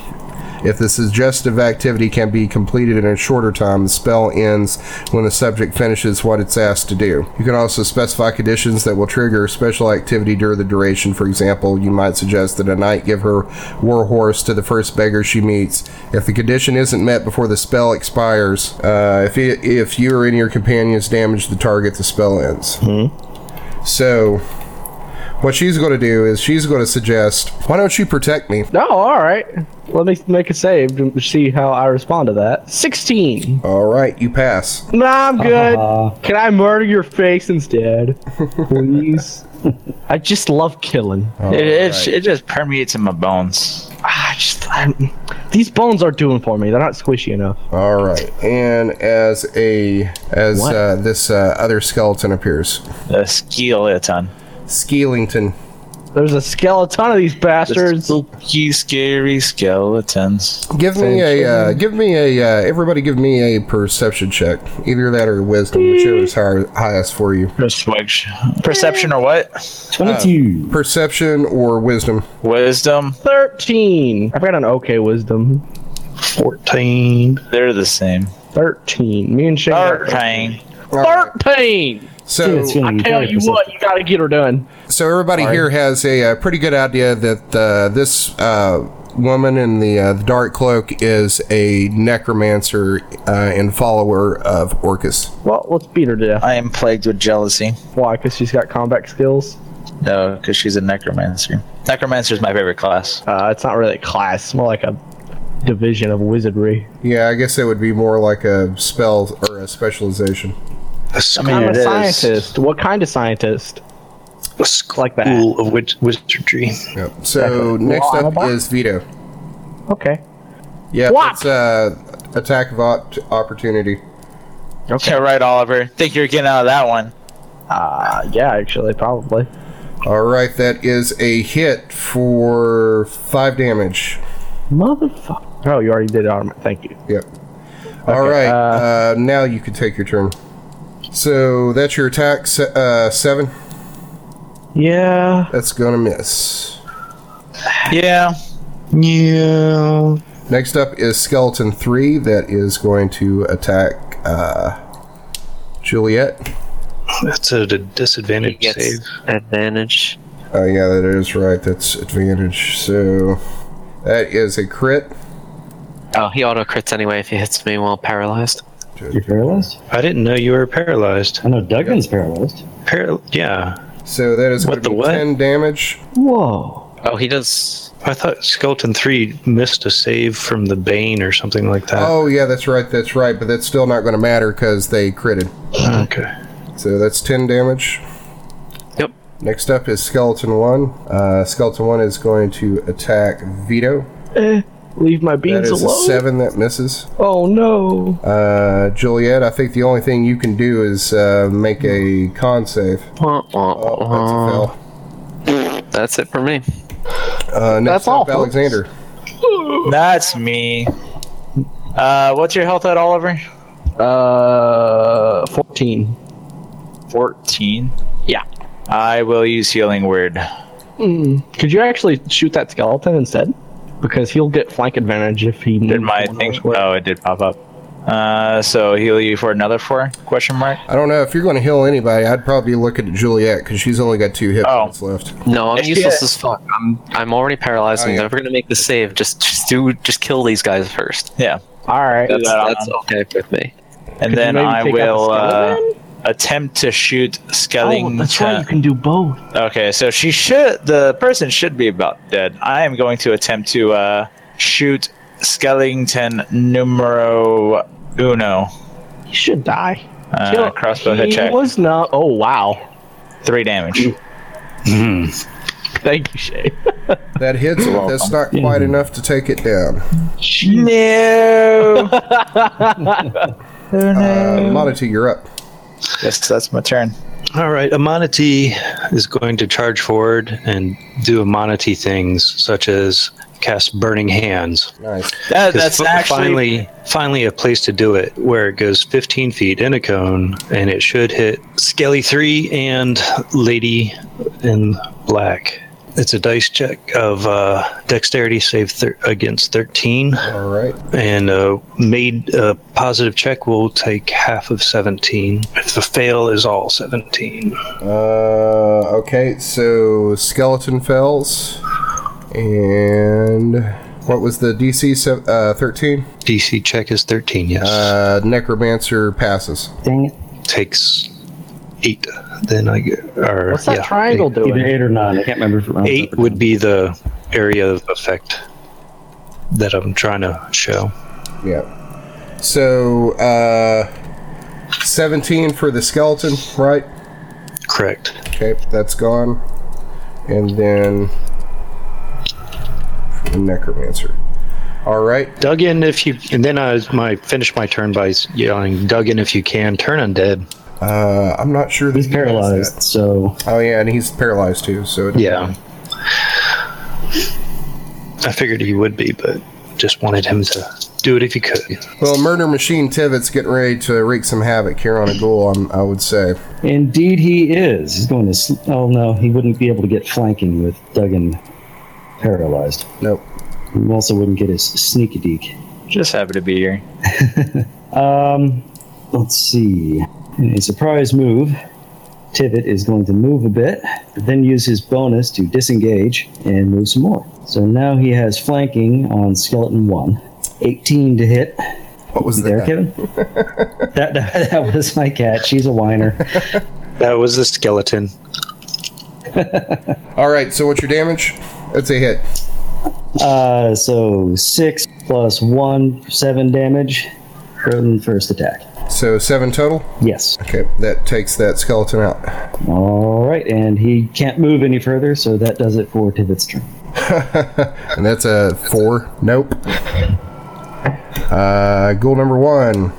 If the suggestive activity can be completed in a shorter time, the spell ends when the subject finishes what it's asked to do. You can also specify conditions that will trigger a special activity during the duration. For example, you might suggest that a knight give her war horse to the first beggar she meets. If the condition isn't met before the spell expires, uh, if, it, if you or any of your companions damage the target, the spell ends. So. What she's going to do is she's going to suggest, why don't you protect me? No, all right. Let me make a save to see how I respond to that. 16. All right, you pass. Nah, I'm good. Uh, Can I murder your face instead? Please. I just love killing. it, it, it just permeates in my bones. Ah, I just, I'm- these bones aren't doing for me. They're not squishy enough. All right, and as a as What? uh, this uh, other skeleton appears, The skeleton. Skeelington. There's a skeleton of these bastards. Spooky, scary skeletons. Give me a uh, give me a uh, everybody give me a perception check. Either that or wisdom, whichever is higher, highest for you. Perception or what? 22. Perception or wisdom. Wisdom. 13. I've got an okay wisdom. 14. They're the same. 13. Me and Shane. got Thirteen. 13. Dude, So it's feeling I tell very you what, you gotta get her done. so everybody here has a, uh pretty good idea that uh, this uh, woman in the, uh, the dark cloak is a necromancer uh, and follower of Orcus. Well, let's beat her to death. I am plagued with jealousy. Why? Because she's got combat skills. No, because she's a necromancer. Necromancer is my favorite class. Uh, it's not really a class. It's more like a division of wizardry. Yeah, I guess it would be more like a spell or a specialization. I I'm mean, a it is scientist. What kind of scientist? a school Like that. of wiz- wizardry. Yep. So Exactly. next Well, I'm a up bot. is Vito. Okay. Yeah, What? it's uh, attack of op- opportunity. Yeah, right, Oliver. Think you're getting out of that one. Uh, yeah, actually, probably. All right, that is a hit for five damage. Motherfucker. Oh, you already did it on Thank you. Yep. All right. Uh, uh, now you can take your turn. So that's your attack. se- Uh, seven. Yeah. That's gonna miss. Yeah. Yeah. Next up is skeleton three. That is going to attack uh, Juliet. That's a d- disadvantage Yes. save. Advantage. Oh yeah, that is right. That's advantage. So that is a crit. Oh, he auto crits anyway if he hits me while paralyzed. You're paralyzed? I didn't know you were paralyzed. I know Duggan's paralyzed. Paral- yeah. So that is going What to the be what? ten damage. Whoa. Oh, he does. I thought Skeleton 3 missed a save from the Bane or something like that. oh yeah, that's right. That's right. But that's still not going to matter because they critted. Okay. So that's ten damage. Yep. Next up is skeleton one. Uh, skeleton one is going to attack Vito. Leave my That beans is a alone. seven that misses. Oh no. Uh, Juliet, I think the only thing you can do is uh, make a con save. Wah, wah, Oh, that's a wah. fail. That's it for me. Uh, next That's all, up, folks. Alexander. That's me. Uh, what's your health at, Oliver? Uh, fourteen. 14. Yeah. I will use healing word. Could you actually shoot that skeleton instead? Because he'll get flank advantage if he. Did my thing? Oh, it did pop up. Uh, so heal you for another four? Question mark. I don't know if you're going to heal anybody. I'd probably look at Juliet because she's only got two hit Oh. points left. No, I'm Yeah. useless as fuck. I'm I'm already paralyzed. Oh, I'm yeah. never gonna make the save. Just just do just kill these guys first. Yeah. All right. That's- That's, that's okay with me. And then maybe I take out the will uh, skeleton? attempt to shoot Oh, Skelling. that's right. You to- can do both. Okay, so she should. The person should be about dead. I am going to attempt to uh, shoot Skellington numero uno. You should die. Uh, crossbow hit he check. was not. Oh wow. Three damage. Thank you, Shay. That hits it. That's not quite enough to take it down. No. Uh, Monty, you're up. yes, that's my turn. All right, Amanati is going to charge forward and do Amanati things such as cast Burning Hands. Nice. That, 'Cause that's fi- actually finally finally a place to do it where it goes 15 feet in a cone and it should hit Skelly three and Lady in Black. It's a dice check of uh, dexterity save thir- against 13, All right. and uh, made a positive check will take half of 17. If the fail is all 17. Uh, okay, so skeleton fells, and what was the DC? Se- uh, Thirteen. DC check is 13, yes. Uh, necromancer passes. Dang it. takes eight. Then I get. Or, What's that yeah, triangle eight. Either doing? eight or nine. I can't remember if it rounds Eight up or would down. be the area of effect that I'm trying to show. Yeah. So uh, seventeen for the skeleton, right? Correct. Okay, that's gone, and then for the necromancer. All right. Dug in if you, and then I my finish my turn by yelling, "Dug in if you can, turn undead." Uh, I'm not sure. that He's he does paralyzed, so that. Oh yeah, and he's paralyzed too. So it- Yeah, I figured he would be, but just wanted him to do it if he could. Well, Murder Machine Tivitt's getting ready to wreak some havoc here on a ghoul, I'm, I would say. indeed he is. He's going to. Sl- oh no, he wouldn't be able to get flanking with Duggan paralyzed. Nope. He also wouldn't get his sneaky deek. just happy to be here. Um, let's see. In a surprise move, Tivit is going to move a bit, then use his bonus to disengage and move some more. So now he has flanking on skeleton one. 18 to hit. What was You there, that? Kevin? that, that, that was my cat. She's a whiner. That was the skeleton. All right, so what's your damage? That's a hit. Uh, so six plus one, seven damage from first attack. So seven total. Yes. Okay, that takes that skeleton out. All right, and he can't move any further, so that does it for Tivit's turn. And that's a four. Nope. Uh, ghoul number one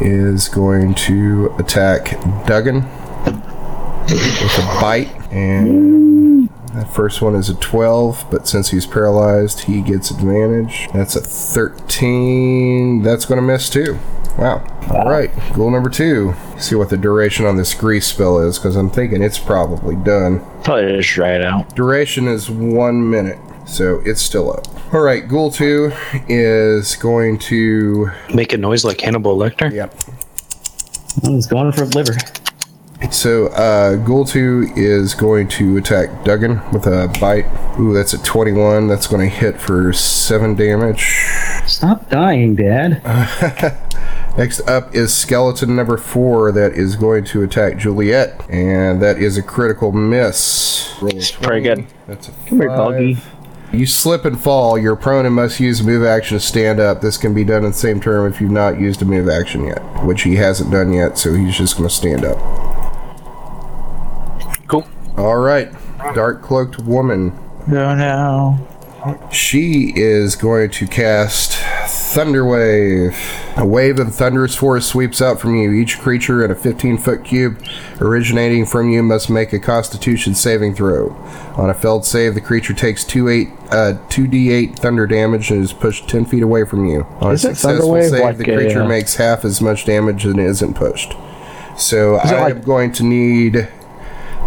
is going to attack Duggan with a bite. And that first one is a 12, but since he's paralyzed, he gets advantage. That's a 13. That's going to miss too. Wow. All right. Ghoul number two. See what the duration on this grease spell is, because I'm thinking it's probably done. Probably just try it out. Duration is one minute, so it's still up. All right, Ghoul 2 is going to. Make a noise like Hannibal Lecter. Yep. Oh, he's going for liver. So, uh, Ghoul 2 is going to attack Duggan with a bite. Ooh, that's a 21. That's going to hit for 7 damage. Stop dying, Dad. Next up is Skeleton number 4 that is going to attack Juliet, and that is a critical miss. Roll a Pretty 20. good. That's a Come here, doggy. You slip and fall. You're prone and must use a move action to stand up. This can be done in the same turn if you've not used a move action yet, which he hasn't done yet, so he's just going to stand up. Cool. All right. Dark cloaked woman. No, no. She is going to cast Thunder Wave. A wave of thunderous force sweeps out from you. Each creature in a 15 foot cube originating from you must make a Constitution saving throw. On a failed save, the creature takes 2 8, uh, 2d8 thunder damage and is pushed 10 feet away from you. On Isn't a Thunder successful Wave save, like the a, creature uh, makes half as much damage and isn't pushed. So it I like- am going to need.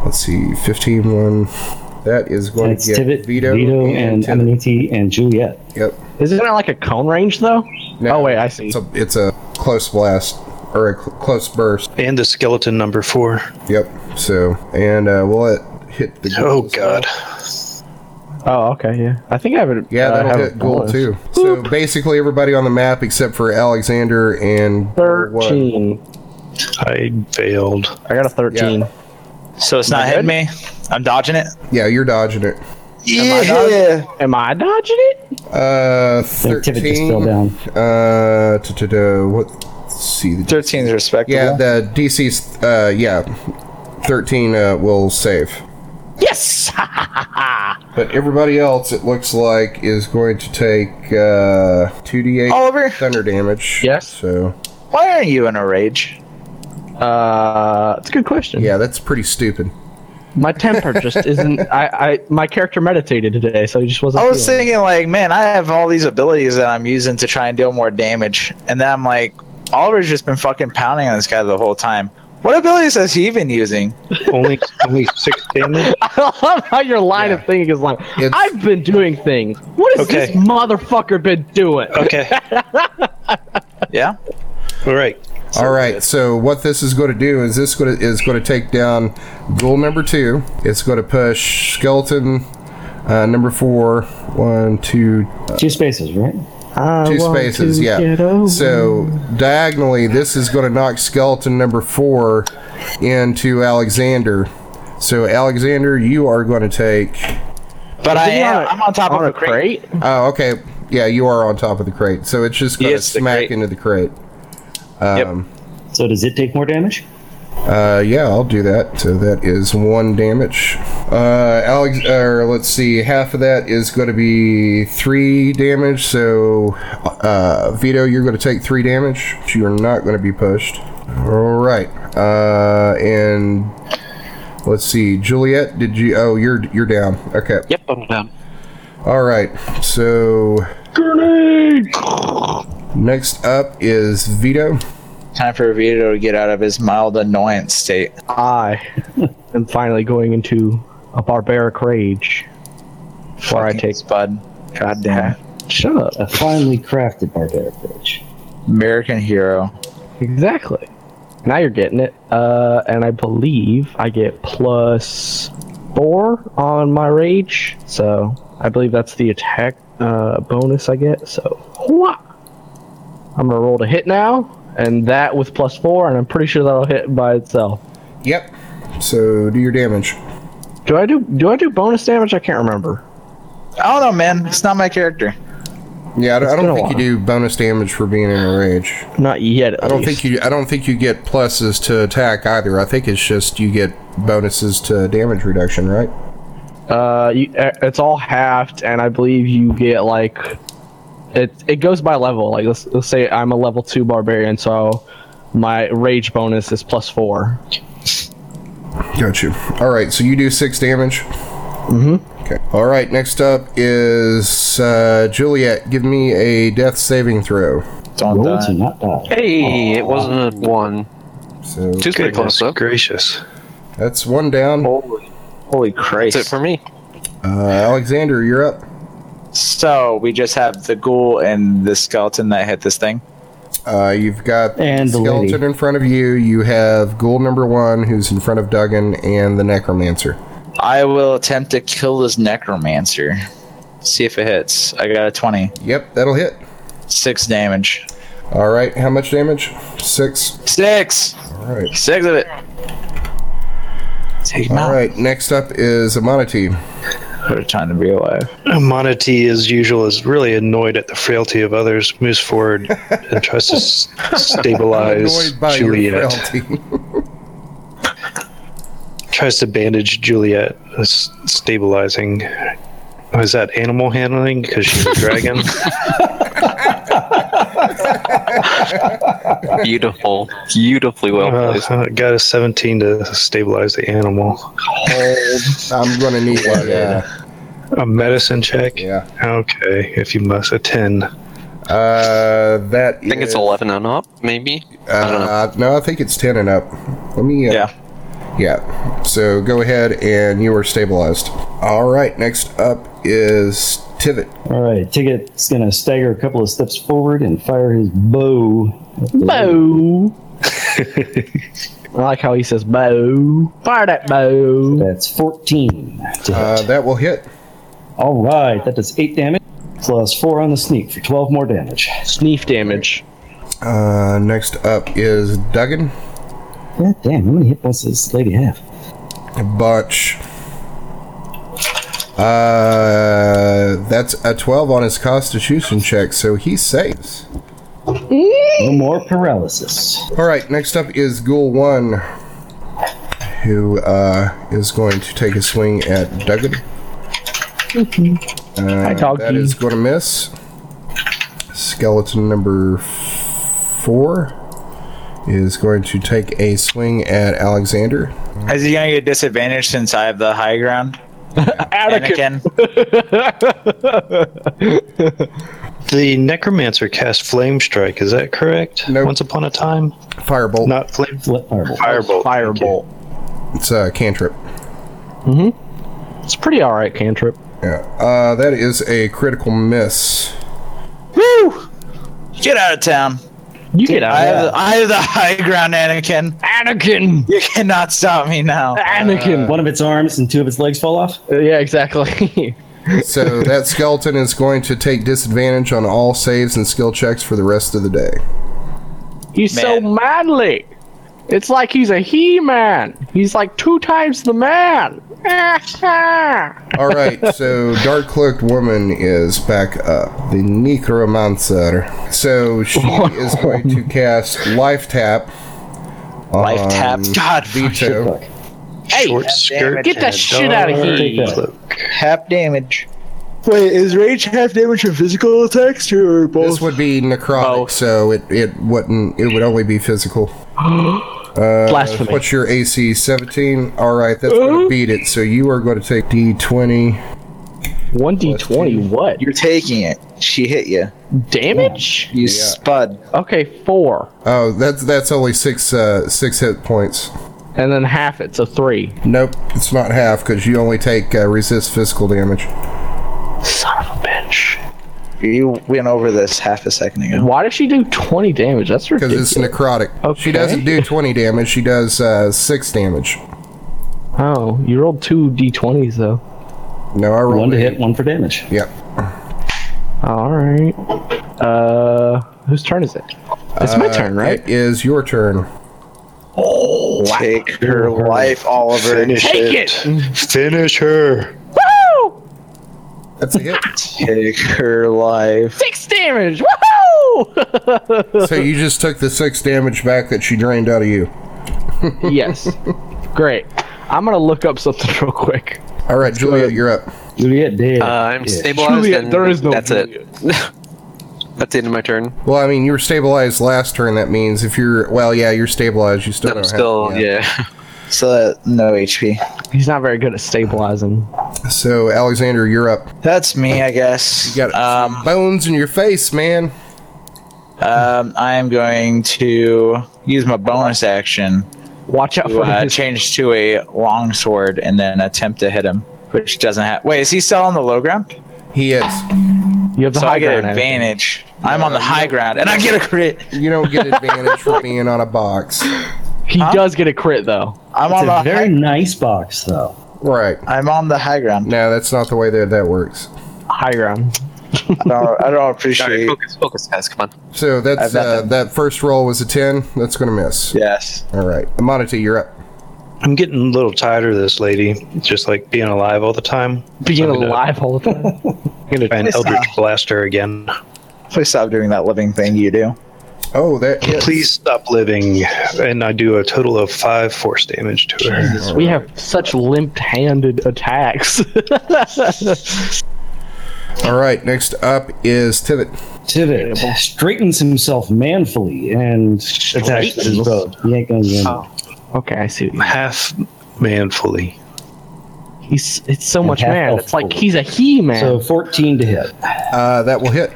Let's see, 15, 1, That is And going it's to get Tivit, Vito, and, Tivit. Ameniti and Juliet. Yep. Isn't it like a cone range though? No, oh wait, I see. It's a, it's a close blast or a cl- close burst. And the skeleton number four. Yep. So and uh, will it hit the? Oh, ghouls as well? God. Oh, okay, yeah. I think I have it. Yeah, I that'll have hit it goal bonus. too. So basically, everybody on the map except for Alexander and what? Thirteen. I failed. I got a thirteen. Yeah. So it's not hitting me. I'm dodging it. Yeah, you're dodging it. Yeah. Am I dodging it? Uh, Their Tivit just fell thirteen. down. Uh, t- t- t- what? Let's see, the 13 is respectable. yeah, the DC's. Uh, yeah, thirteen uh, will save. Yes. But everybody else, it looks like, is going to take uh, 2d8 Oliver? thunder damage. Yes. So, Why are you in a rage? uh, it's a good question. yeah, that's pretty stupid. My temper just isn't. I, I my character meditated today, so he just wasn't. I was feeling it. thinking, like, man, I have all these abilities that I'm using to try and deal more damage. And then I'm like, Oliver's just been fucking pounding on this guy the whole time. What abilities has he been using? Only only six damage. I love how your line of thinking is like, It's- I've been doing things. What has Okay. this motherfucker been doing? Oh, Okay. Yeah? All right. All right, so what this is going to do is this going to, is going to take down ghoul number two. It's going to push skeleton uh, number four, one, two, Two spaces, right? two spaces. Yeah. So diagonally, this is going to knock skeleton number four into Alexander. So Alexander, you are going to take. But I am, I'm on top on of a crate. Oh, okay. Yeah, you are on top of the crate, so it's just going Yes, to the smack crate. into the crate. Um, So does it take more damage? Uh, yeah, I'll do that. So that is one damage. Uh, Alex, or let's see, half of that is going to be three damage. So, uh, Vito, you're going to take three damage. You are not going to be pushed. All right. Uh, and let's see, Juliet, did you? Oh, you're you're down. Okay. Yep, I'm down. All right. So. Next up is Vito. Time for Vito to get out of his mild annoyance state. I am finally going into a barbaric rage. Before I Fucking take. Spud. God damn it. Shut up. A finely crafted barbaric rage. American hero. Exactly. Now you're getting it. Uh, and I believe I get plus four on my rage. So I believe that's the attack uh, bonus I get. So wha- I'm gonna roll to hit now, and that with plus four, and I'm pretty sure that'll hit by itself. Yep. So do your damage. Do I do do I do bonus damage? I can't remember. I don't know, man. It's not my character. Yeah, I don't, I don't been a think you while. do bonus damage for being in a rage. Not yet. I don't think you. I don't think you get pluses to attack either. I think it's just you get bonuses to damage reduction, right? Uh, you, uh, it's all halved, and I believe you get like it. It goes by level. Like let's, let's say I'm a level two barbarian, so my rage bonus is plus four. Got you. All right, so you do six damage. Mm-hmm. Okay. All right. Next up is uh, Juliet. Give me a death saving throw. Don't Roll to die. not die. Hey, it wasn't a one. So Two's pretty close Goodness though. gracious. that's one down. Uh, Holy Christ. That's it for me. Alexander, you're up. So we just have the ghoul and the skeleton that hit this thing. Uh, you've got And the lady. skeleton in front of you. You have ghoul number one, who's in front of Duggan, and the necromancer. I will attempt to kill this necromancer. See if it hits. I got a 20. Yep, that'll hit. Six damage. All right, how much damage? Six. Six! All right. Six of it. Take him All out. right. Next up is Amanati. What a time to be alive. Monity, as usual, is really annoyed at the frailty of others, moves forward and tries to s- Uh, stabilize Juliet. Tries to bandage Juliet, uh, s- stabilizing. Oh, Is that animal handling? Because she's a dragon. Beautiful. Beautifully well Uh, placed. uh, got a 17 to stabilize the animal. I'm gonna need a uh, A medicine check? yeah. Okay, if you must, a 10. Uh, that I think it's 11 and up, maybe. Uh, I don't know. No, I think it's ten and up. Let me. Uh, Yeah. Yeah. So go ahead and you are stabilized. All right. Next up is Tivit. All right, Ticket's gonna stagger a couple of steps forward and fire his bow. at the lady. Bow. I like how he says bow. Fire that bow. That's 14 to hit. Uh, that will hit. All right, that does 8 damage, plus 4 on the sneak for 12 more damage. Sneak damage. Uh, next up is Duggan. God damn, how many hit points does this lady have? A bunch. Uh, that's a 12 on his constitution check, so he saves. No more paralysis. All right, next up is Ghoul 1, who uh, is going to take a swing at Duggan. Uh, Doggy. That is going to miss. Skeleton number four is going to take a swing at Alexander. Is he gonna get disadvantaged since I have the high ground? Anakin. The necromancer cast flame strike. Is that correct? Nope. Once upon a time, Firebolt. not flame Let fireball. firebolt. Thank you. Firebolt. It's a cantrip. It's pretty alright, cantrip. Yeah. Uh, that is a critical miss. Woo! Get out of town. You get I, out have of the, I have the high ground, Anakin. Anakin! You cannot stop me now. Anakin! One of its arms and two of its legs fall off. Uh, yeah, exactly. So that skeleton is going to take disadvantage on all saves and skill checks for the rest of the day. He's so Man. manly. It's like he's a he-man. He's like two times the man. All right, so dark cloaked woman is back up. The necromancer. So she is going to cast life tap. Life tap. on God, Vito. hey, Short skirt. Get that and a shit out of dark here. cloak. half damage. Wait, is rage half damage from physical attacks or This would be necrotic, Oh. so it, it wouldn't. It would only be physical. Uh, Blasphemy. What's your AC? 17? All right, that's going to beat it. So you are going to take D20. One d twenty. What You're taking it. She hit you. damage? You spud. Okay, four, Oh, that's that's only six uh, six hit points. and then half it, so three. Nope, it's not half because you only take uh, resist physical damage. Son of a bitch. You went over this half a second ago. Why does she do twenty damage? That's Because ridiculous. it's necrotic. She Okay. doesn't do 20 damage. She does uh, 6 damage. Oh, you rolled two d twenties though. No, I rolled One to eight. hit, one for damage. Yep. Oh, All right. Uh, whose turn is it? It's Uh, my turn, right? It is your turn. Take her life, Oliver. Finish Take it. Finish her. Woo! That's a hit. Take her life. Six damage. Woohoo! so you just took the 6 damage back that she drained out of you. yes. Great. I'm gonna look up something real quick. All right, Juliet, you're up. Juliet dead. Uh, I'm Yeah. stabilized. Juliet, and there is no That's it. that's the end of my turn. Well, I mean, you were stabilized last turn. That means if you're well, yeah, you're stabilized. You still I'm don't still have. yeah. So that no HP. He's not very good at stabilizing. So Alexander, you're up. That's me, I guess. You got um, bones in your face, man. um, I am going to use my bonus action Watch out to for uh, his change to a longsword and then attempt to hit him, which doesn't have. Wait, is he still on the low ground? He is. You have the So high I get ground, Adam. advantage. I'm on the high ground, and I get a crit. You don't get advantage for being on a box. He does get a crit though. I'm it's on the a very high, nice box, though. Right. I'm on the high ground. No, that's not the way that that works. High ground. I don't, I don't Sorry, appreciate. focus, focus, guys. Come on. So that's I've uh, nothing. that first roll was a ten. That's gonna miss. Yes. All right, Monty, you're up. I'm getting a little tired of this lady, just like being alive all the time. Being I'm gonna alive all the time. Try and Eldritch blast her again. Please stop doing that living thing you do. Oh, that hits. Please stop living. And I do a total of five force damage to her. we have such limp-handed attacks. All right, next up is Tivit. Tivit straightens hstraightens himself manfully and attacks with his bow. He ain't gonna win. Oh, okay, I see. What you mean. Half man fully. He's it's so much half man. health It's like forward. he's a he-man. So 14 to hit. Uh, that will hit.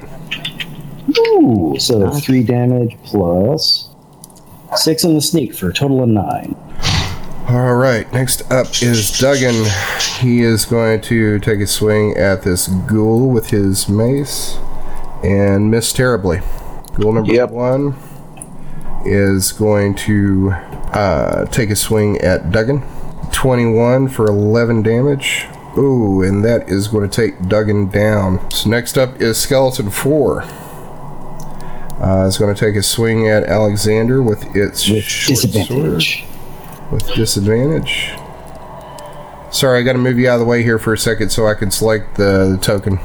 Ooh, so 3 damage plus 6 on the sneak for a total of 9. All right, next up is Duggan. He is going to take a swing at this ghoul with his mace and miss terribly. Ghoul number Yep. one is going to uh, take a swing at Duggan. 21 for 11 damage. Ooh, and that is going to take Duggan down. So next up is Skeleton 4. Uh, it's going to take a swing at Alexander with its with short sword disadvantage. with disadvantage. Sorry, I got to move you out of the way here for a second so I can select the, the token.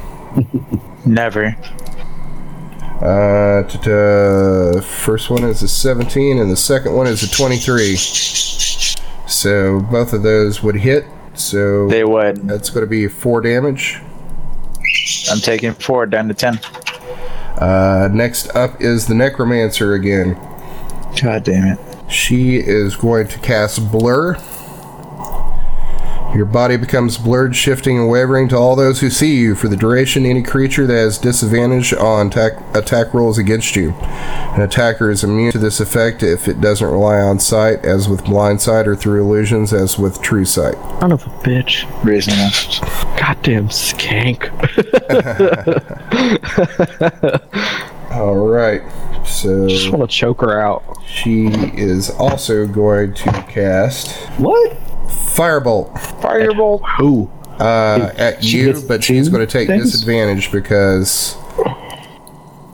Never. Uh, ta-ta. first one is a 17, and the second one is a 23. So both of those would hit. So They would. that's going to be four damage. I'm taking four down to ten. Uh, next up is the necromancer again. God damn it. She is going to cast Blur. Your body becomes blurred, shifting and wavering to all those who see you. For the duration, any creature that has disadvantage on attack, attack rolls against you. An attacker is immune to this effect if it doesn't rely on sight, as with blind sight, or through illusions, as with true sight. Son of a bitch. Reasonable. Goddamn skank. All right, so Just want to choke her out. she is also going to cast What? Firebolt. Firebolt. Who? uh, at She you, gets but she's two going to take things? disadvantage because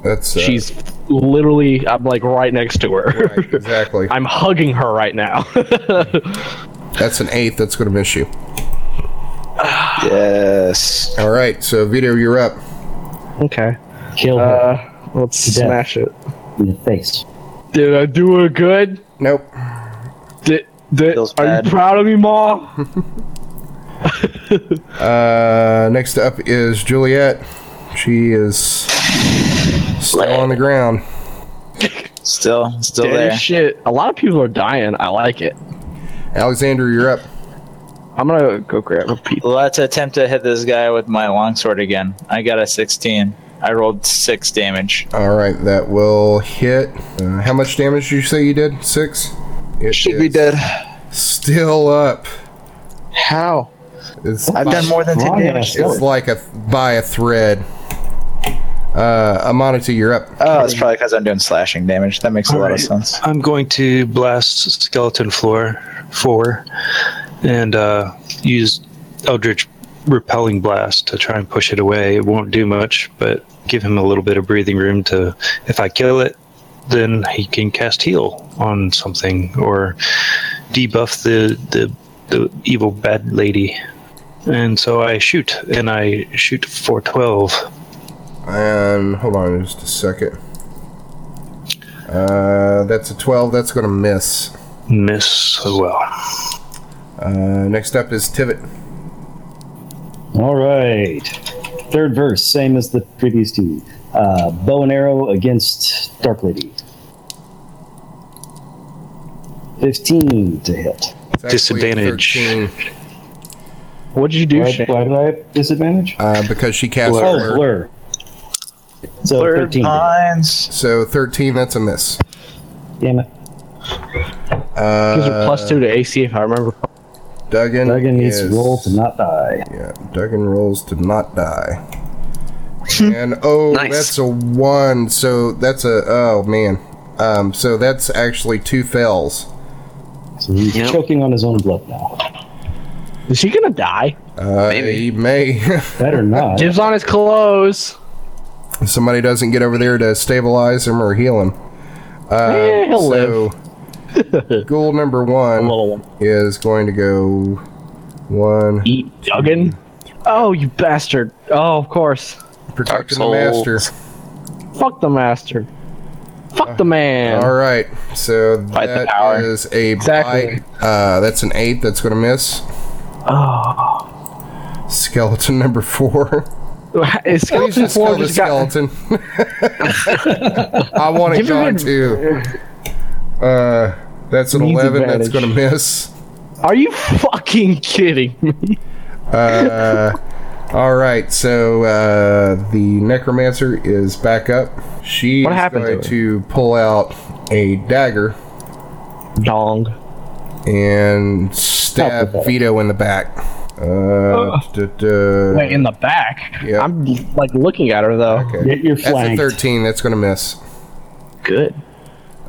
that's uh, She's literally. I'm like right next to her. right, exactly. I'm hugging her right now. That's an eight. That's going to miss you. Yes. All right, so Vito, you're up. okay. Kill her Uh, let's To death. smash it. in the face. Did I do it good? Nope. Did, did, Feels are bad. you proud of me, Ma? Uh, next up is Juliet. She is still on the ground. Still, still Dead there. as shit. A lot of people are dying. I like it. Alexander, you're up. I'm gonna go grab a pizza. Let's attempt to hit this guy with my longsword again. I got a 16. I rolled six damage. All right, that will hit. Uh, how much damage did you say you did? Six. It is Still up. How? It's I've done more than 10 Wrong damage. ass. It's like a by a thread. Uh, Amonita, you're up. Oh, it's probably because I'm doing slashing damage. That makes a lot of Alright. sense. I'm going to blast skeleton floor four and uh, use Eldritch repelling blast to try and push it away. It won't do much, but give him a little bit of breathing room to. If I kill it, then he can cast heal on something or debuff the the, the evil bad lady. And so I shoot, and I shoot for twelve. And hold on just a second. Uh, that's a 12. That's going to miss. Miss as well. Uh, next up is Tivit. All right. Third verse, same as the previous two. Uh, bow and arrow against Dark Lady. 15 to hit. It's actually Disadvantage. 13, What did you do? Why, Shane? why do I have disadvantage? uh, because she cast Oh, blur. blur. So Blurred 13. lines. So 13, that's a miss. Damn it. Gives her plus two to AC if I remember. Uh, Duggan. Duggan needs is- to roll to not die. Yeah, Duggan rolls to not die. and oh, Nice. that's a one. So that's a oh man. Um, so that's actually two fails. So he's Yep. choking on his own blood now. Is she gonna die? Uh, Maybe. He may. Better not. Dibs on his clothes. If somebody doesn't get over there to stabilize him or heal him. Uh, Eh, he'll so, ghoul number one Little one. is going to go one Eat Duggan. Oh, you bastard. Oh, of course. protecting the Dark master. Fuck the master. Fuck the man. All right, so Fight the that power. is a Exactly. bite. Uh, that's an eight. That's going to miss. Oh. Skeleton number four. Is Please skeleton just four kill the just got? skeleton. I want it Give him gone a- too. Uh, that's an Needs eleven. That's advantage. going to miss. Are you fucking kidding me? Uh, all right, so uh, the necromancer is back up. She's What happened going to to, pull out a dagger Dong. and stab Vito in the back. Uh, duh, duh. Wait, in the back. Yeah. I'm like looking at her though. Okay. Get your That's a flanked. 13. That's going to miss. Good.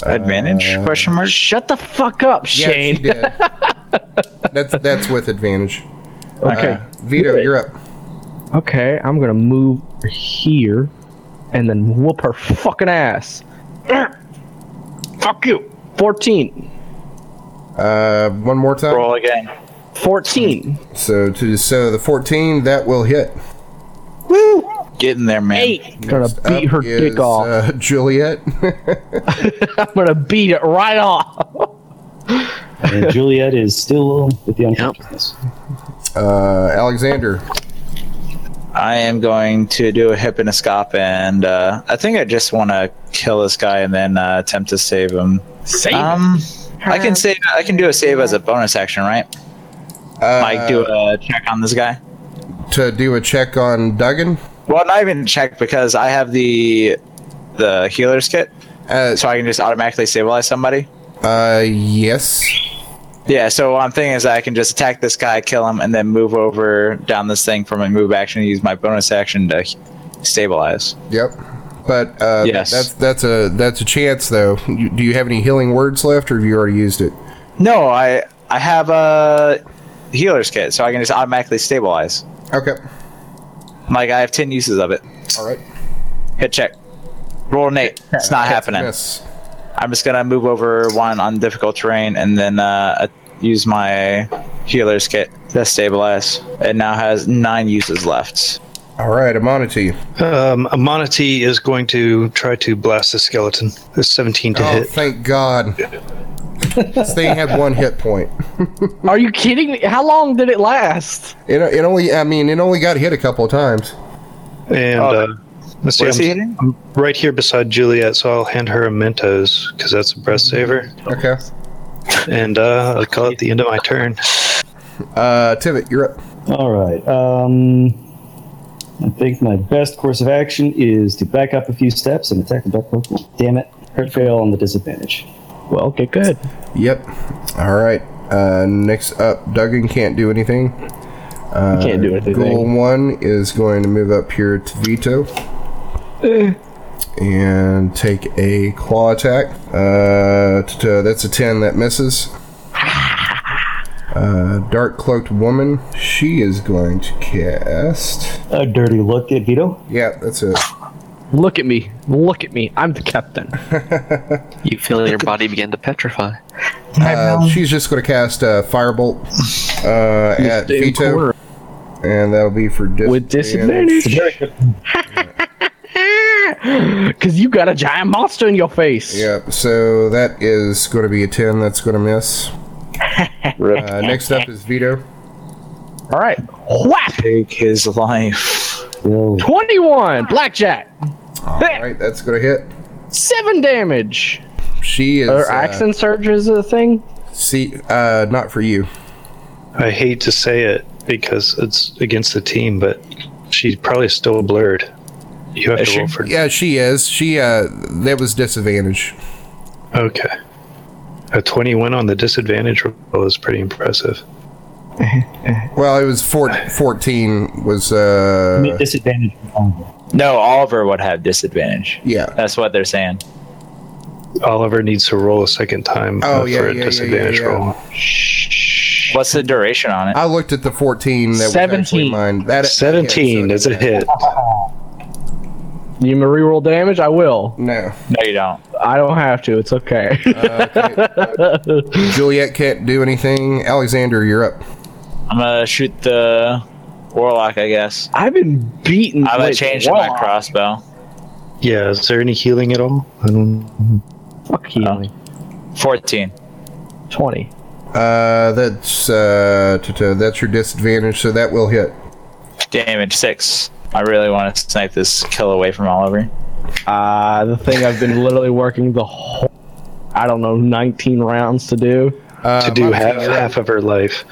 Uh, Advantage? question mark. Shut the fuck up, Yeah, she Shane. did. that's that's with advantage. Uh, Okay. Vito, you're up. Okay, I'm gonna move here, and then whoop her fucking ass. Er, Fuck you. 14. Uh, one more time. Roll again. 14. So to so the 14 that will hit. Get in there, man. Eight. Gonna Next beat up her is, dick off. Uh, Juliet. I'm gonna beat it right off. and Juliet is still with the unconsciousness. uh, Alexander. I am going to do a hypnoscope, and uh, I think I just want to kill this guy and then uh, attempt to save him. Save Um, I can save. I can do a save as a bonus action, right? Uh, Like do a check on this guy. to do a check on Duggan. Well, not even check because I have the the healer's kit, Uh, so I can just automatically stabilize somebody. uh, yes. Yeah. So one thing is, I can just attack this guy, kill him, and then move over down this thing for my move action. Use my bonus action to he- stabilize. Yep. But uh, Yes. that's that's a that's a chance though. You, do you have any healing words left, or have you already used it? No, I I have a healer's kit, so I can just automatically stabilize. Okay. Like I have ten uses of it. All right. Hit check. Roll an eight. It's not happening. Yes. I'm just gonna move over one on difficult terrain and then uh, use my healer's kit to stabilize. It now has nine uses left. All right. Amonity. Um, Amonity is going to try to blast the skeleton. It's 17 to Oh, hit. thank God. this thing had one hit point. Are you kidding me? How long did it last? It, it only. I mean, it only got hit a couple of times. And Oh. Okay. uh, let's see, Where's he I'm, hitting? I'm right here beside Juliet, so I'll hand her a Mentos because that's a breath saver. Okay. And uh, I'll call it the end of my turn. Uh, Tivit, you're up. All right. Um, I think my best course of action is to back up a few steps and attack the dark purple. Damn it! Hurt fail on the disadvantage. Well, get good. Yep. All right. Uh, next up, Duggan can't do anything. Uh, can't do anything. Goal one is going to move up here to Vito. And take a claw attack. Uh, t- t- that's a 10 that misses. Uh, Dark cloaked woman. She is going to cast. A dirty look at Vito. Yeah, that's it. Look at me. Look at me. I'm the captain. You feel your body begin to petrify. Uh, she's just going to cast uh, Firebolt uh, at Damn Vito. corner. And that'll be for dis- With disadvantage. Because you got a giant monster in your face. Yep, so that is going to be a 10. That's going to miss. Uh, next up is Vito. All right. Whap! Take his life. Yo, 21. Blackjack. All right, that's going to hit. Seven damage. She is. Are uh, accent surges a thing? See, uh, not for you. I hate to say it because it's against the team, but she's probably still blurred. You have Is to she? roll for. Yeah, she is. She, uh, that was disadvantage. Okay. A 21 on the disadvantage roll is pretty impressive. Well, it was four, 14 was, uh, disadvantage. No, Oliver would have disadvantage. yeah. That's what they're saying. Oliver needs to roll a second time Oh, uh, yeah, for yeah, a yeah, disadvantage yeah, yeah. roll. What's the duration on it? I looked at the 14 that was actually 17. mine. That, 17 is a hit. You want me to reroll damage? I will. No. No, you don't. I don't have to. It's okay. Juliet can't do anything. Alexander, you're up. I'm gonna shoot the warlock, I guess. I've been beaten. I'm gonna with change to my warlock. crossbow. Yeah, is there any healing at all? I don't. Fuck you. Oh. Fourteen. 20. Uh, that's, uh, t- t- that's your disadvantage, so that will hit. Damage six. I really want to snipe this kill away from Oliver. Uh, the thing I've been literally working the whole, I don't know, 19 rounds to do. Uh, to do Monty, half, you're up. half of her life.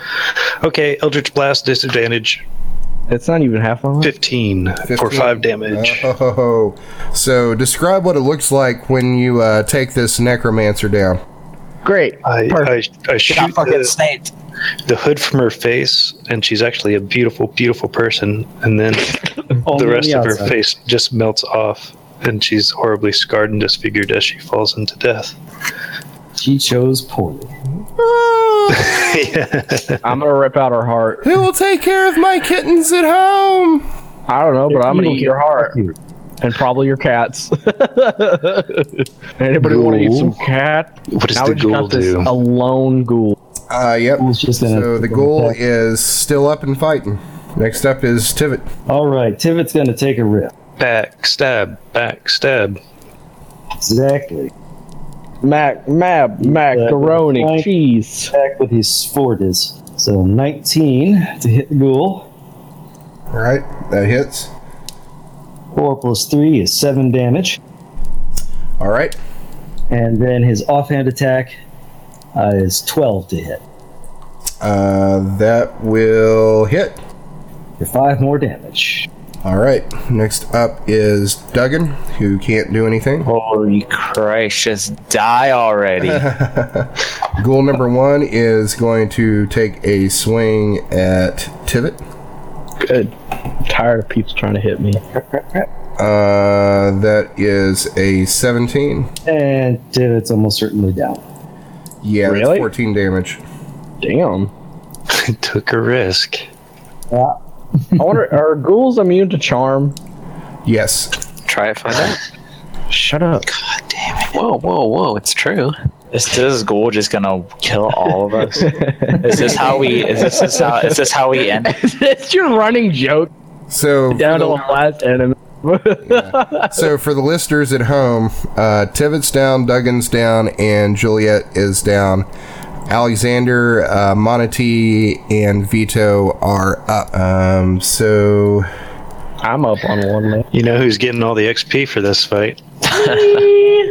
Okay, Eldritch Blast, disadvantage It's not even half of it. 15, for 5 damage. Oh, ho, ho, ho. So describe what it looks like when you uh, take this uh, necromancer down. Great. I, I, Perfect. I She got shoot fucking the, snaked. the hood from her face, and she's actually a beautiful, beautiful person. And then the rest of her face just melts off, and she's horribly scarred and disfigured as she falls into death. She chose poorly. yeah. I'm gonna rip out her heart. Who Oh, will take care of my kittens at home? I don't know, but I'm gonna You eat your heart You. and probably your cats. Anybody want to eat some cat? What does now the we just ghoul got this do? alone ghoul. Uh, yep. It's just gonna- So the goal is still up and fighting. Next up is Tivit. All right, Tivet's going to take a rip. Backstab, backstab. Exactly. Mac, mab, macaroni, Frank. cheese. Back with his Sfortis. So 19 to hit the ghoul. All right, that hits. 4 plus 3 is 7 damage. All right, And then his offhand attack uh, is 12 to hit uh, that will hit. for 5 more damage. All right, next up is Duggan, who can't do anything. Holy Christ! Just die already. Goal number one is going to take a swing at Tivit. Good. tired of people trying to hit me. Uh, that is a 17. And Tivet's almost certainly down. Yeah, that's Really? 14 damage. Damn. Took a risk. Yeah. I wonder, are ghouls immune to charm? Yes. Try it, find out. Shut up. Whoa, whoa, whoa! It's true. Is this ghoul just gonna kill all of us? is this how we? Is this, is how? Is this how we end? it's your running joke So, down to the last enemy. so for the listeners at home, uh, Tivit's down, Duggan's down, and Juliet is down. Alexander, uh, Monty, and Vito are up. Um, so I'm up on one leg. You know who's getting all the XP for this fight?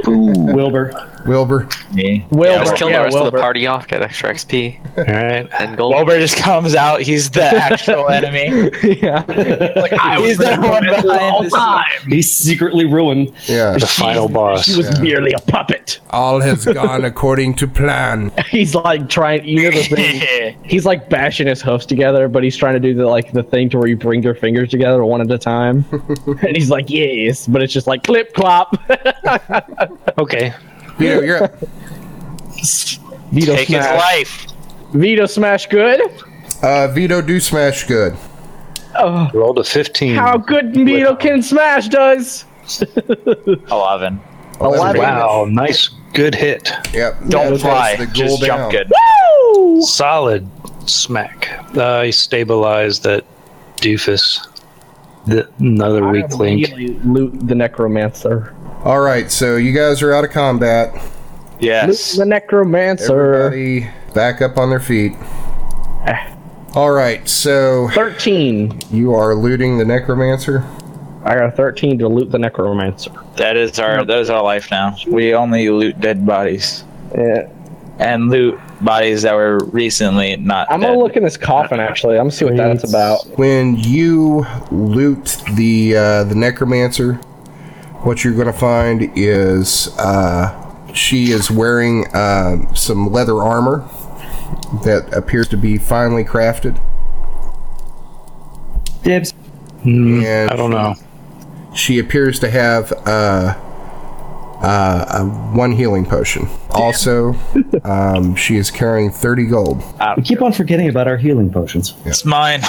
Wilbur. Wilbur, Me. Wilbur. Just kill yeah, the rest of the Wilbur. party off. Get extra XP All right. and gold. Wilbur just comes out. He's the actual enemy. yeah. He's the one behind the time. He's secretly ruined. yeah, The final boss. merely a puppet. all has gone according to plan. He's like trying you know the thing. He's like bashing his hoofs together, but he's trying to do the like the thing to where you bring your fingers together one at a time. and he's like, yes, but it's just like clip clop. Okay. Vito, you're up. Vito Take his smash. life. Vito smash good. Uh, Vito, do smash good. Oh, Rolled a 15. how good Vito can smash does. Eleven. Eleven. Wow. Nice. Good hit. Yep. Don't That fly. takes the ghoul Just down. jump good. Woo! Solid smack. Uh, I stabilized that doofus. The, another weak link. Immediately Loot the necromancer. All right, so you guys are out of combat. Yes. Loot the necromancer. Everybody back up on their feet. Eh. All right, so Thirteen. you are looting the necromancer. I got a thirteen to loot the necromancer. That is our that is our life now. We only loot dead bodies. Yeah. And loot bodies that were recently not I'm dead. gonna look in this coffin actually. I'm gonna see what that's about. When you loot the uh, the necromancer, what you're going to find is uh, she is wearing uh, some leather armor that appears to be finely crafted. Dibs. And Hmm, I don't know. She appears to have uh, uh, a one healing potion. Also, um, she is carrying 30 gold. We keep on forgetting about our healing potions. It's mine.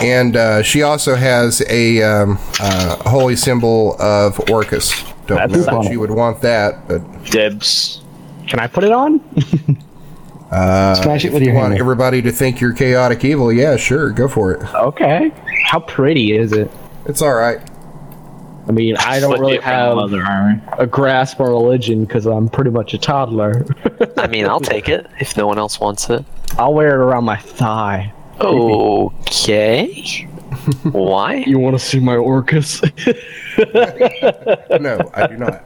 And uh, she also has a um, uh, holy symbol of Orcus. Don't That's know solid. that you would want that, but Dibs. Can I put it on? Smash it with uh, you your want hammer. everybody to think you're chaotic evil. Yeah, sure, go for it. Okay. How pretty is it? It's all right. I mean, I don't Flip really it from have leather armor. a grasp on religion because I'm pretty much a toddler. I mean, I'll take it if no one else wants it. I'll wear it around my thigh. Okay. Why? You want to see my orcas? No, I do not.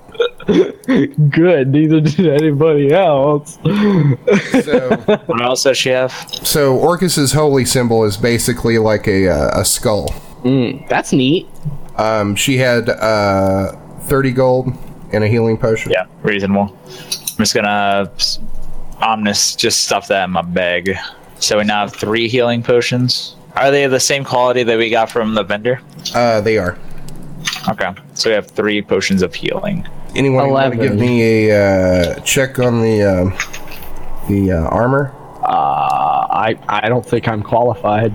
Good. Neither did anybody else. So, What else does she have? so Orcus's holy symbol is basically like a, uh, a skull. That's neat. Um, she had uh, 30 gold and a healing potion. Yeah, reasonable. I'm just gonna s- Omnis just stuffed that in my bag. So we now have three healing potions. Are they the same quality that we got from the vendor? Uh, they are. Okay. So we have three potions of healing. Anyone want to give Eleven. me a uh, check on the um the uh, armor? Uh, I I don't think I'm qualified.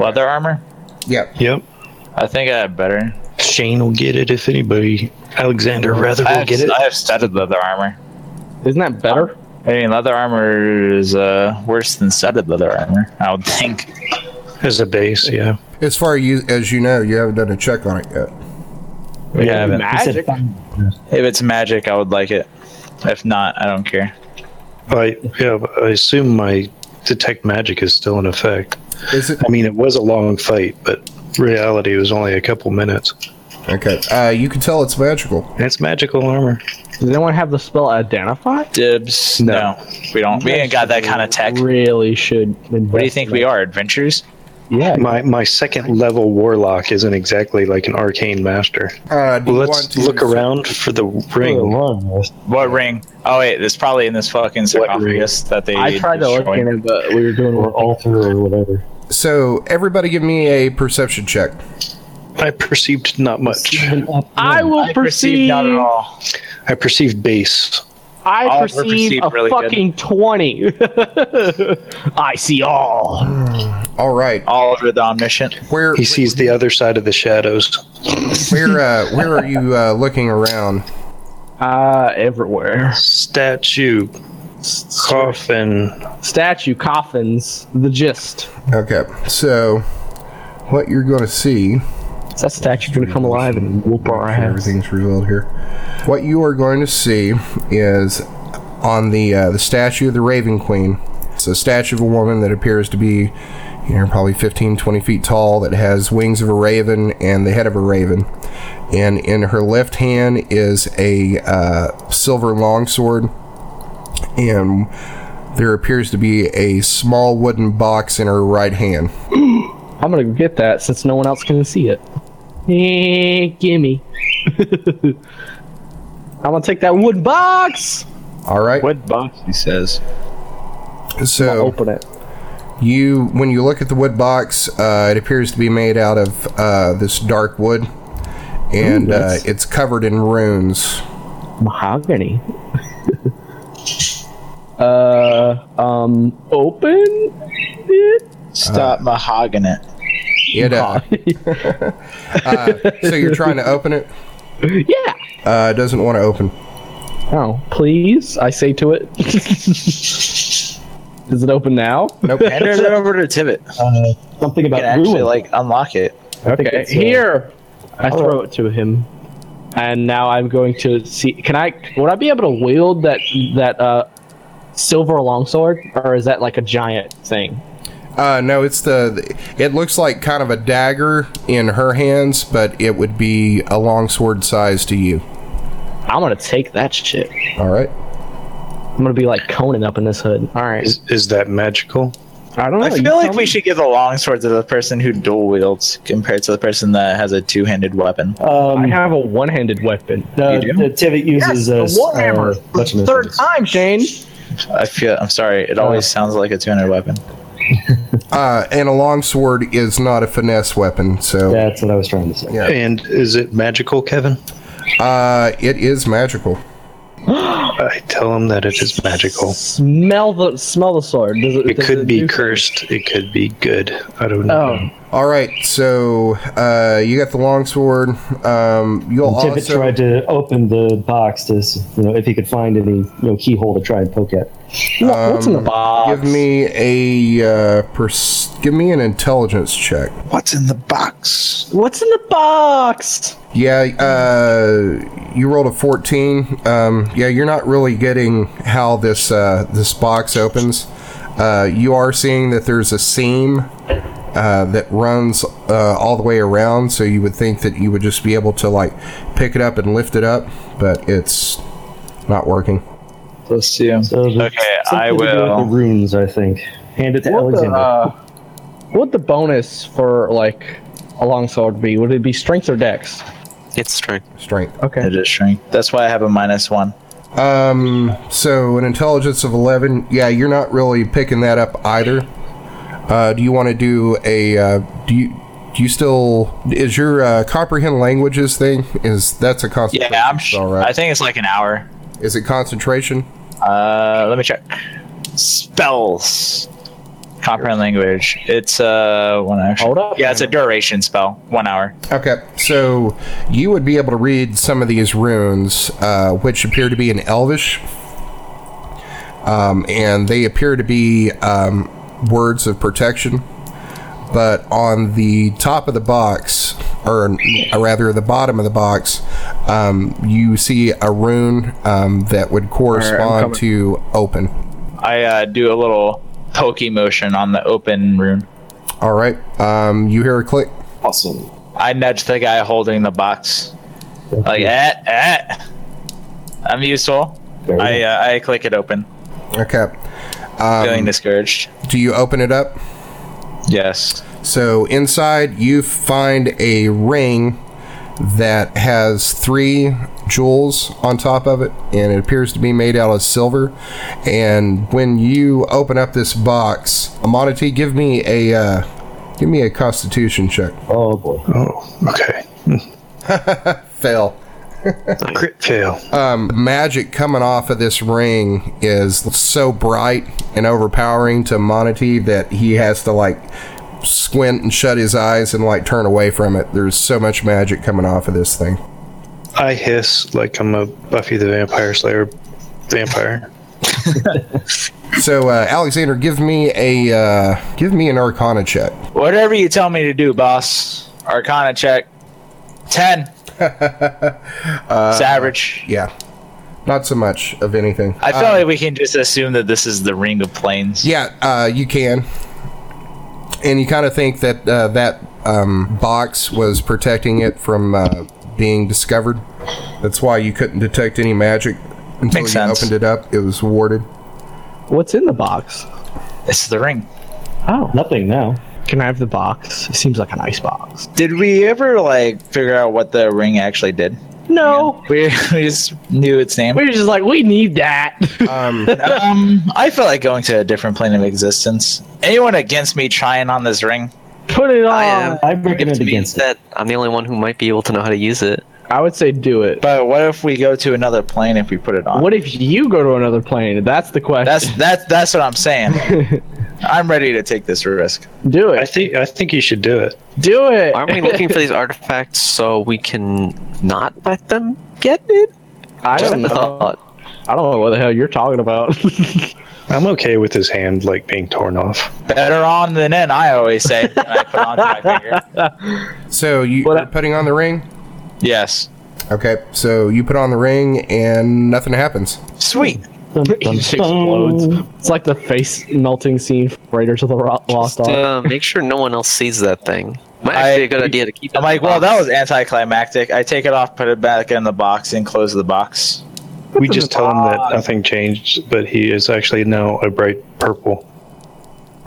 Leather armor? Yeah. Yep. I think I have better. Shane will get it if anybody. Alexander rather I will have, get it. I have studded leather armor. Isn't that better? I mean, leather armor is uh, worse than studded leather armor, I would think. As a base, yeah. As far you, as you know, you haven't done a check on it yet. Yeah, I haven't- He said Magic. fine. If it's magic, I would like it. If not, I don't care. I yeah, but I assume my detect magic is still in effect. Is it I mean, it was a long fight, but reality it was only a couple minutes. okay? Uh, you can tell it's magical. And it's magical armor. Does anyone have the spell identify? Dibs? No. we don't. We ain't got that kind of tech. What Really should. do you think we are? Adventures? Yeah. My my second level warlock isn't exactly like an arcane master. Uh, do you want Let's to- look around for the ring. What ring? Oh, wait. It's probably in this fucking sarcophagus that they. I tried to look destroyed. in it, but we were doing Or altar or whatever. So everybody, give me a perception check. I perceived not much. Even up I one. will I perceived perceive. not at all. I perceived base. I All were perceive perceived a really good. fucking twenty. I see all. All right, Oliver the Omniscient. where He sees the other side of the shadows. where uh, where are you uh, looking around? Uh, everywhere. Statue, coffin. Statue, coffins, the gist. Okay, so what you're going to see Is that statue gonna come alive and whoop our Sure, ass? Everything's revealed here. What you are going to see is on the uh, the statue of the Raven Queen. It's a statue of a woman that appears to be, you know, probably 15, 20 feet tall, that has wings of a raven and the head of a raven. And in her left hand is a uh, silver longsword, and there appears to be a small wooden box in her right hand. I'm gonna get that since no one else can see it. Eh, gimme. I'm gonna take that wood box. All right, What box? He says. so Open it. You, when you look at the wood box, uh, it appears to be made out of uh, this dark wood, and uh, that's- it's covered in runes. Mahogany. uh, um, open it. uh, Stop mahogany. It, uh, so you're trying to open it? Yeah. Uh, it doesn't want to open. Oh, please! I say to it. Is it open now? Nope. Hand it over to Tibbet. Something You can about actually ruin. like unlock it. Okay, it's, uh, here. I throw it to him, and now I'm going to see. Can I? Would I be able to wield that that uh, silver longsword, or is that like a giant thing? Uh, no, it's the. It looks like kind of a dagger in her hands, but it would be a longsword size to you. I'm gonna take that shit. All right. I'm gonna be like Conan up in this hood. All right. Is, is that magical? I don't know. I Oh, you feel like tell we me. should give the longsword to the person who dual wields compared to the person that has a two handed weapon. I Um, have a one-handed weapon. the, You do? the Tivit uses uh, s- uh, whatchamacallit. time, Shane. I feel. I'm sorry. It always sounds like a two handed weapon. Uh, and a longsword is not a finesse weapon, so That's what I was trying to say. Yeah. And is it magical, Kevin? uh, it is magical. I tell him that it is magical. Smell the smell the sword. Does it, Oh. It does could be do- cursed. It could be good. I don't know. Oh, All right, so uh, you got the longsword. Um, you'll Tibbet also tried to open the box to, s- you know, if he could find any, you know, keyhole to try and poke at. Look, what's in the Um, box? give me a uh, pers- give me an intelligence check. What's in the box? What's in the box? Yeah, uh, you rolled a fourteen. Um, yeah, you're not really getting how this uh, this box opens. Uh, you are seeing that there's a seam uh, that runs uh, all the way around, so you would think that you would just be able to like pick it up and lift it up, but it's not working. Let's see. So the- Okay, something I to do with will. The runes, I think. Hand it to What the, Alexander. uh, what the bonus for like a longsword be? Would it be strength or dex? It's strength. Strength. Okay. It is shrink. That's why I have a minus one. Um, so an intelligence of 11. Yeah, you're not really picking that up either. Uh, do you want to do a? Uh, do you? Do you still is your uh, comprehend languages thing? Is that's a concentration? Yeah, I'm it's sure. all right. I think it's like an hour. is it concentration? Uh, let me check. Spells. Comprehend language. It's uh one hour. Hold up, Yeah, it's a duration spell. One hour. Okay, so you would be able to read some of these runes, uh, which appear to be in Elvish, um, and they appear to be um, words of protection. But on the top of the box, or uh, rather the bottom of the box, um, you see a rune um, that would correspond to open. I uh, do a little pokey motion on the open rune. All right, um, you hear a click. Awesome. I nudge the guy holding the box. Like, eh, eh. I'm useful. Very I uh, I click it open. Okay, Feeling discouraged. do you open it up? Yes. So inside, you find a ring that has three jewels on top of it, and it appears to be made out of silver. And when you open up this box, Amonity, give me a uh, give me a Constitution check. Oh boy. Oh, okay. Fail. Crit fail. magic coming off of this ring is so bright and overpowering to Monty that he has to like squint and shut his eyes and like turn away from it. There's so much magic coming off of this thing. I hiss like I'm a Buffy the Vampire Slayer vampire. So uh, Alexander, give me a uh, give me an Arcana check. Whatever you tell me to do, boss. Arcana check. Ten. Uh, it's average. Yeah, not so much of anything. I feel um, Uh, like we can just assume that this is the ring of planes. Yeah, uh, you can. And you kind of think that uh, that um, box was protecting it from uh, being discovered. That's why you couldn't detect any magic until Makes you sense. opened it up. It was warded. What's in the box? It's the ring. Oh, Nothing now. can I have the box? It seems like an ice box. Did we ever like figure out what the ring actually did? No, We, we just knew its name. we're just like we need that. Um, Um, I feel like going to a different plane of existence. Anyone against me trying on this ring? Put it on. I I, am. I recommend It means against it. that I'm the only one who might be able to know how to use it. would say do it. But what if we go to another plane if we put it on? What if you go to another plane? That's the question. That's that. That's what I'm saying. I'm ready to take this risk. do I it. think I think you should do it. Do it. Aren't we looking for these artifacts so we can not let them get it? I Just don't a know. thought. I don't know what the hell you're talking about. I'm okay with his hand like being torn off. Better on than in, I always say. And I put on my finger. so you, What- you're putting on the ring? Yes. Okay, so you put on the ring and nothing happens. Sweet. Dun, It dun, just dun. explodes. It's like the face melting scene from Raiders of the Ro- Lost Ark. Uh, make sure no one else sees that thing. Might I- actually be a good idea to keep. it I'm in like, the well, that box. was anticlimactic. I take it off, put it back in the box, and close the box. We just tell him that nothing changed, but he is actually now a bright purple.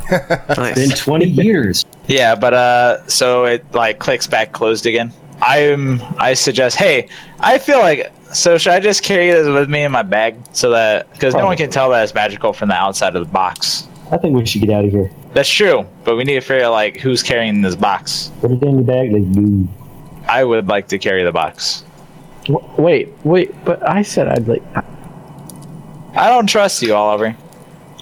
Nice. Been 20 years. Yeah, but uh, so it like clicks back closed again. I'm. I suggest, hey, I feel like. So should I just carry this with me in my bag so that because no one can tell that it's magical from the outside of the box. I think we should get out of here. That's true, but we need to figure out like who's carrying this box. Put it in your bag. Like, you. I would like to carry the box. W- wait, wait, but I said I'd like. I don't trust you, Oliver.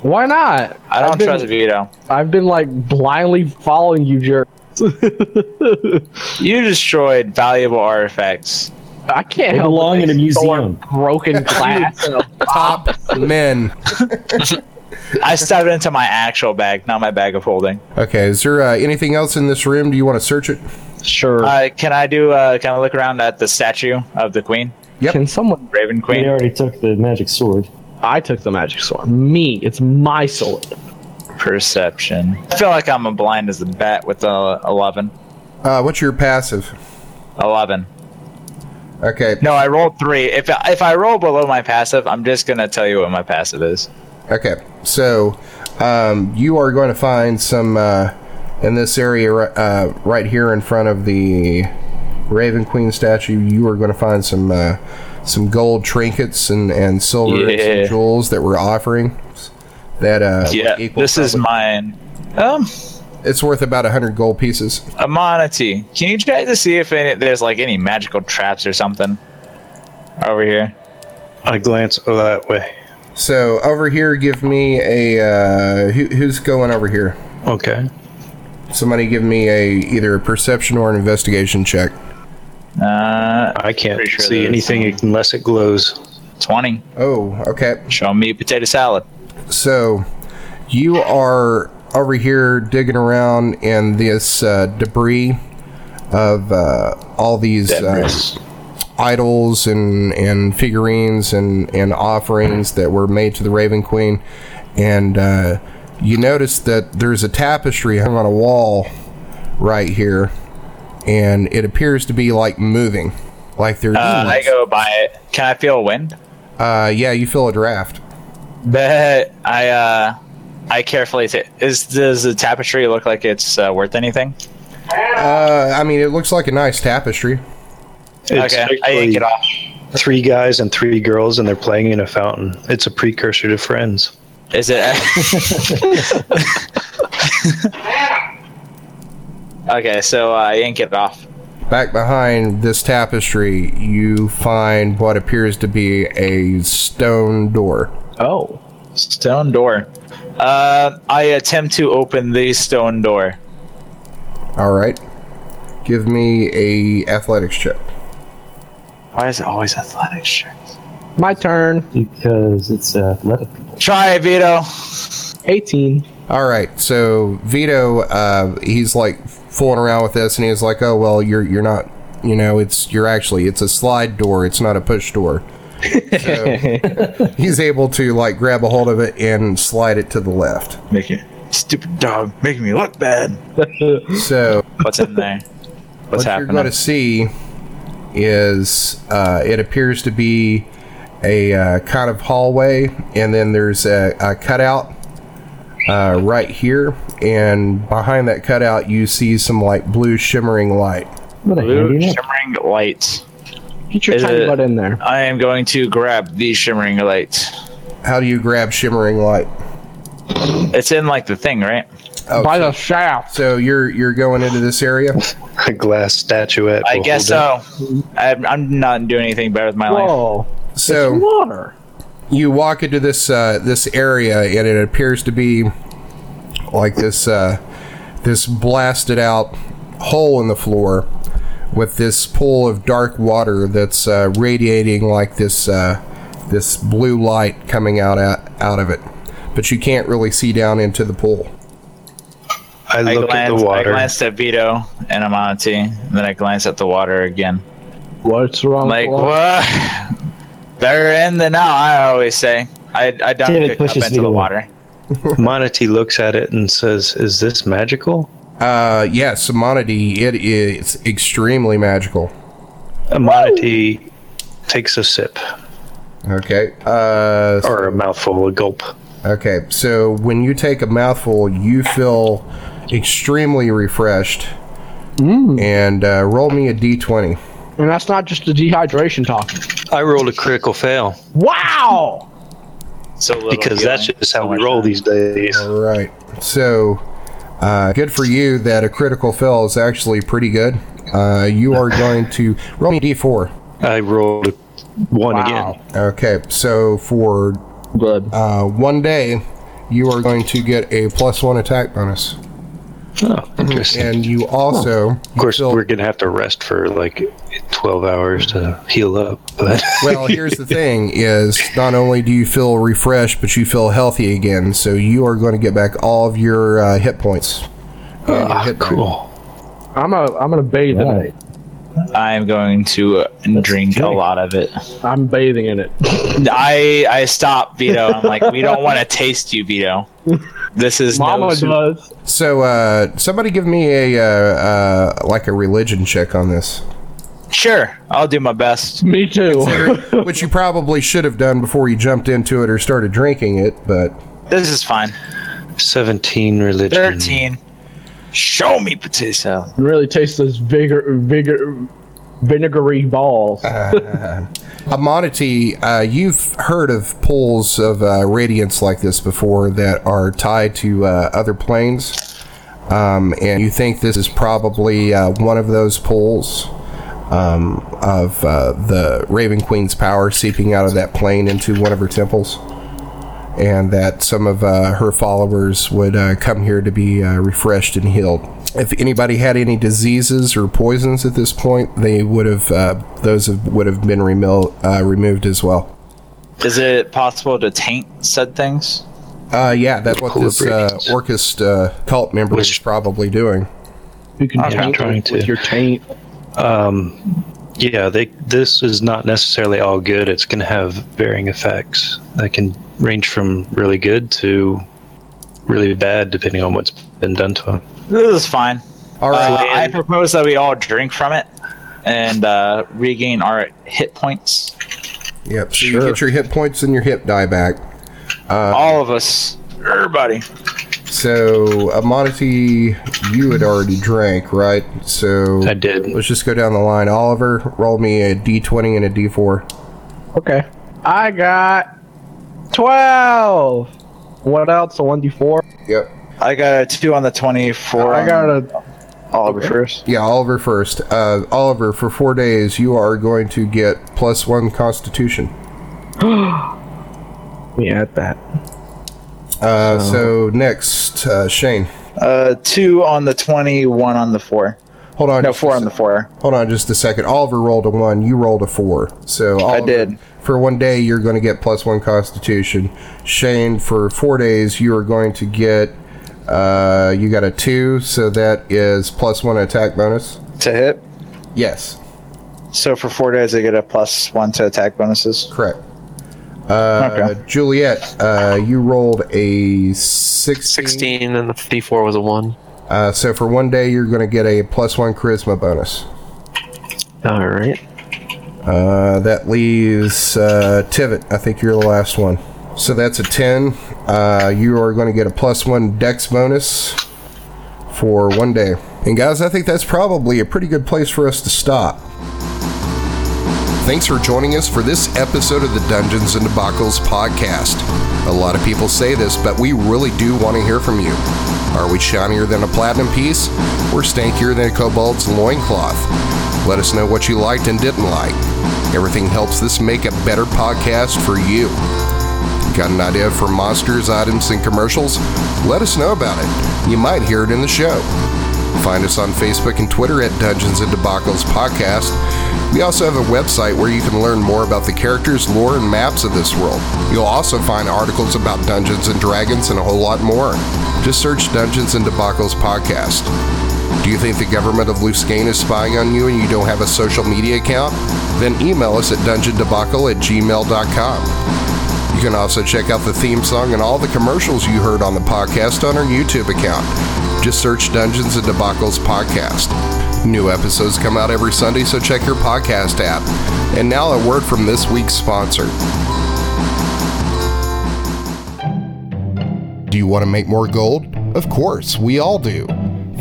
Why not? I don't I've been, trust Vito. I've been like blindly following you, jerk. You destroyed valuable artifacts. I can't They help belong it. in a They museum. store Broken glass. in a- Top men. I stepped into my actual bag, not my bag of holding. Okay, is there uh, anything else in this room? Do you want to search it? sure. Uh, can I do? Uh, can I look around at the statue of the queen, yep. Can someone? Raven We Queen? already took the magic sword. I took the magic sword. Me. It's my sword. Perception. I feel like I'm as blind as a bat with the eleven. Uh, what's your passive? Eleven. Okay. No, I rolled three. If I, if I roll below my passive, I'm just gonna tell you what my passive is. Okay, so um, you are going to find some uh, in this area ri- uh, right here in front of the Raven Queen statue. You are going to find some uh, some gold trinkets and and silver and Yeah. some jewels that we're offering. That uh, Yeah, like, equals this is probably- mine. Um, it's worth about hundred gold pieces. Amanati, can you try to see if any, there's like any magical traps or something over here? I glance that way. So over here, give me a uh, who, who's going over here? Okay. Somebody give me a either a perception or an investigation check. Uh, I can't Pretty sure see there's- anything unless it glows. twenty. Oh, okay. Show me potato salad. So you are over here digging around in this uh, debris of uh, all these uh, idols and, and figurines and, and offerings that were made to the Raven Queen. And uh, you notice that there's a tapestry hung on a wall right here, and it appears to be like moving. Like there's, Uh, I go buy it. Can I feel wind? uh, yeah, you feel a draft. Bet I uh, I carefully ta- is does the tapestry look like it's uh, worth anything? Uh, I mean, it looks like a nice tapestry. It's okay, I yank actually it off. Three guys and three girls, and they're playing in a fountain. It's a precursor to Friends. Is it? okay, so uh, I yank it off. Back behind this tapestry, you find what appears to be a stone door. Oh, Stone door. Uh, I attempt to open the stone door. All right. Give me a athletics check. Why is it always athletic shirts? my turn. because it's athletic. people. Try it, Vito. 18. All right. So Vito, uh, he's like fooling around with this, and he's like, "Oh well, you're you're not, you know, it's you're actually it's a slide door. It's not a push door." So he's able to like grab a hold of it and slide it to the left. Make it. Stupid dog, making me look bad. So What's in there? what What's happening? you're going to see is uh, it appears to be a uh, kind of hallway, and then there's a, a cutout uh, right here, and behind that cutout you see some like blue shimmering light. What a handy Blue name. shimmering lights. Get your Is tiny it- butt in there. I am going to grab these shimmering lights. How do you grab shimmering light? It's in like the thing, right? Oh, By the so, shaft. so you're you're going into this area. A glass statuette. I will guess uh, hold so. I'm, I'm not doing anything better with my life. Whoa. So Water. you walk into this uh, this area and it appears to be like this uh, this blasted out hole in the floor with this pool of dark water that's uh, radiating like this uh, this blue light coming out, out out of it, but you can't really see down into the pool. it. I I look at glanced, the I water. glanced at Vito and Amanati, and then I glanced at the water again. What's wrong? Like, Paul? what? Better in than out, I always say. I, I dunk David a cup pushes into me the away. water. Monty looks at it and says, "Is this magical?" Uh, yes, Simonity, it is extremely magical. Monty takes a sip Okay. Uh, or a mouthful, a gulp. Okay, so when you take a mouthful, you feel extremely refreshed. Mm. And uh, roll me a d20. And that's not just the dehydration talking. I rolled a critical fail Wow. So little because that's feeling. just how we much roll time. these days. All right. So uh, good for you that a critical fail is actually pretty good. Uh, you are going to roll me a d4. I rolled a one Wow. again. Okay, so for Good. uh, one day, you are going to get a plus one attack bonus. Oh, interesting. And you also. Of course, we're gonna have to rest for like twelve hours to heal up. But well, here's the thing: is not only do you feel refreshed, but you feel healthy again. So you are going to get back all of your uh, hit points. and your Ah, hit cool. I'm a. I'm gonna bathe in Right. it. I'm going to uh, drink a drink. lot of it. I'm bathing in it. I I stop Vito. I'm like, we don't want to taste you, Vito. This is Mama no. soup." does. So uh, somebody give me a uh, uh, like a religion check on this, Sure, I'll do my best. Me too. which you probably should have done before you jumped into it or started drinking it. But This is fine. Seventeen religion. Mm. Thirteen. Show me potato salad. Uh, really taste those vigor, vigor, vinegary balls. Amonity, uh, you've heard of pulls of uh, radiance like this before that are tied to uh, other planes, um, and you think this is probably uh, one of those pulls um, of uh, the Raven Queen's power seeping out of that plane into one of her temples, and that some of uh, her followers would uh, come here to be uh, refreshed and healed. If anybody had any diseases or poisons at this point, they would have uh, those have, would have been remil- uh, removed as well. Is it possible to taint said things? Uh, yeah, that's what this uh, Equilibrium. Orcist uh, cult member is Which- probably doing. You can I'm taint trying with to. your taint. Yeah, they, this is not necessarily all good. It's going to have varying effects that can range from really good to really bad, depending on what's been done to them. This is fine. All Uh, right, I propose that we all drink from it and uh, regain our hit points. yep. So you get your hit points and your hip die back. Uh, all of us. Er, Everybody. So, Amonity, you had already drank, right? So I did. Let's just go down the line. Oliver, roll me a d20 and a d4. Okay. I got 12. What else? A 1d4? Yep. I got a two on the 24. I got a. all of first. Yeah, Oliver first. Uh, Oliver, for four days, you are going to get plus one Constitution. We add that. Uh, Oh. so next, uh, Shane. Uh, two on the 20, one on the four. Hold on. No, just a four on sec- the four. Hold on just a second. Oliver rolled a one. You rolled a four. So Oliver, did. For one day, you're going to get plus one Constitution. Shane, for four days, you are going to get. Uh, you got a two, so that is plus one attack bonus. To hit. Yes, So for four days, I get a plus one to attack bonuses. correct. Uh, Okay. Juliet, uh, you rolled a 16. 16 and the D4 was a 1. Uh, so for one day, you're going to get a plus one charisma bonus. All right. Uh, that leaves uh, Tivit. I think you're the last one. So that's a 10. Uh, you are going to get a plus one dex bonus for one day. And guys, I think that's probably a pretty good place for us to stop. Thanks for joining us for this episode of the Dungeons and Debacles podcast. A lot of people say this, but we really do want to hear from you. Are we shinier than a platinum piece? Or stankier than a kobold's loincloth? Let us know what you liked and didn't like. Everything helps this make a better podcast for you. Got an idea for monsters, items, and commercials? Let us know about it. You might hear it in the show. Find us on Facebook and Twitter at Dungeons and Debacles Podcast. We also have a website where you can learn more about the characters, lore, and maps of this world. You'll also find articles about Dungeons and Dragons and a whole lot more. Just search Dungeons and Debacles Podcast. Do you think the government of Luskane is spying on you and you don't have a social media account? Then email us at dungeondebacle at gmail.com. You can also check out the theme song and all the commercials you heard on the podcast on our YouTube account. Just search Dungeons and Debacles Podcast. New episodes come out every Sunday, so check your podcast app. And now a word from this week's sponsor. Do you want to make more gold? Of course, we all do.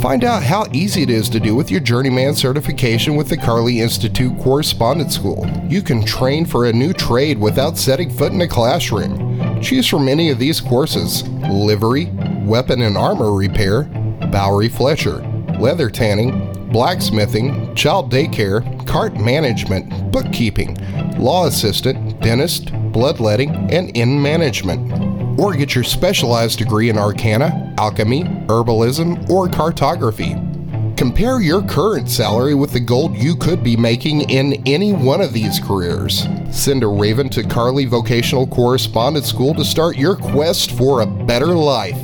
Find out how easy it is to do with your journeyman certification with the Carly Institute Correspondence School. You can train for a new trade without setting foot in a classroom. Choose from any of these courses livery, weapon and armor repair, Bowery Fletcher, leather tanning, blacksmithing, child daycare, cart management, bookkeeping, law assistant, dentist, bloodletting, and inn management or get your specialized degree in arcana, alchemy, herbalism, or cartography. Compare your current salary with the gold you could be making in any one of these careers. Send a raven to Carly Vocational Correspondence School to start your quest for a better life.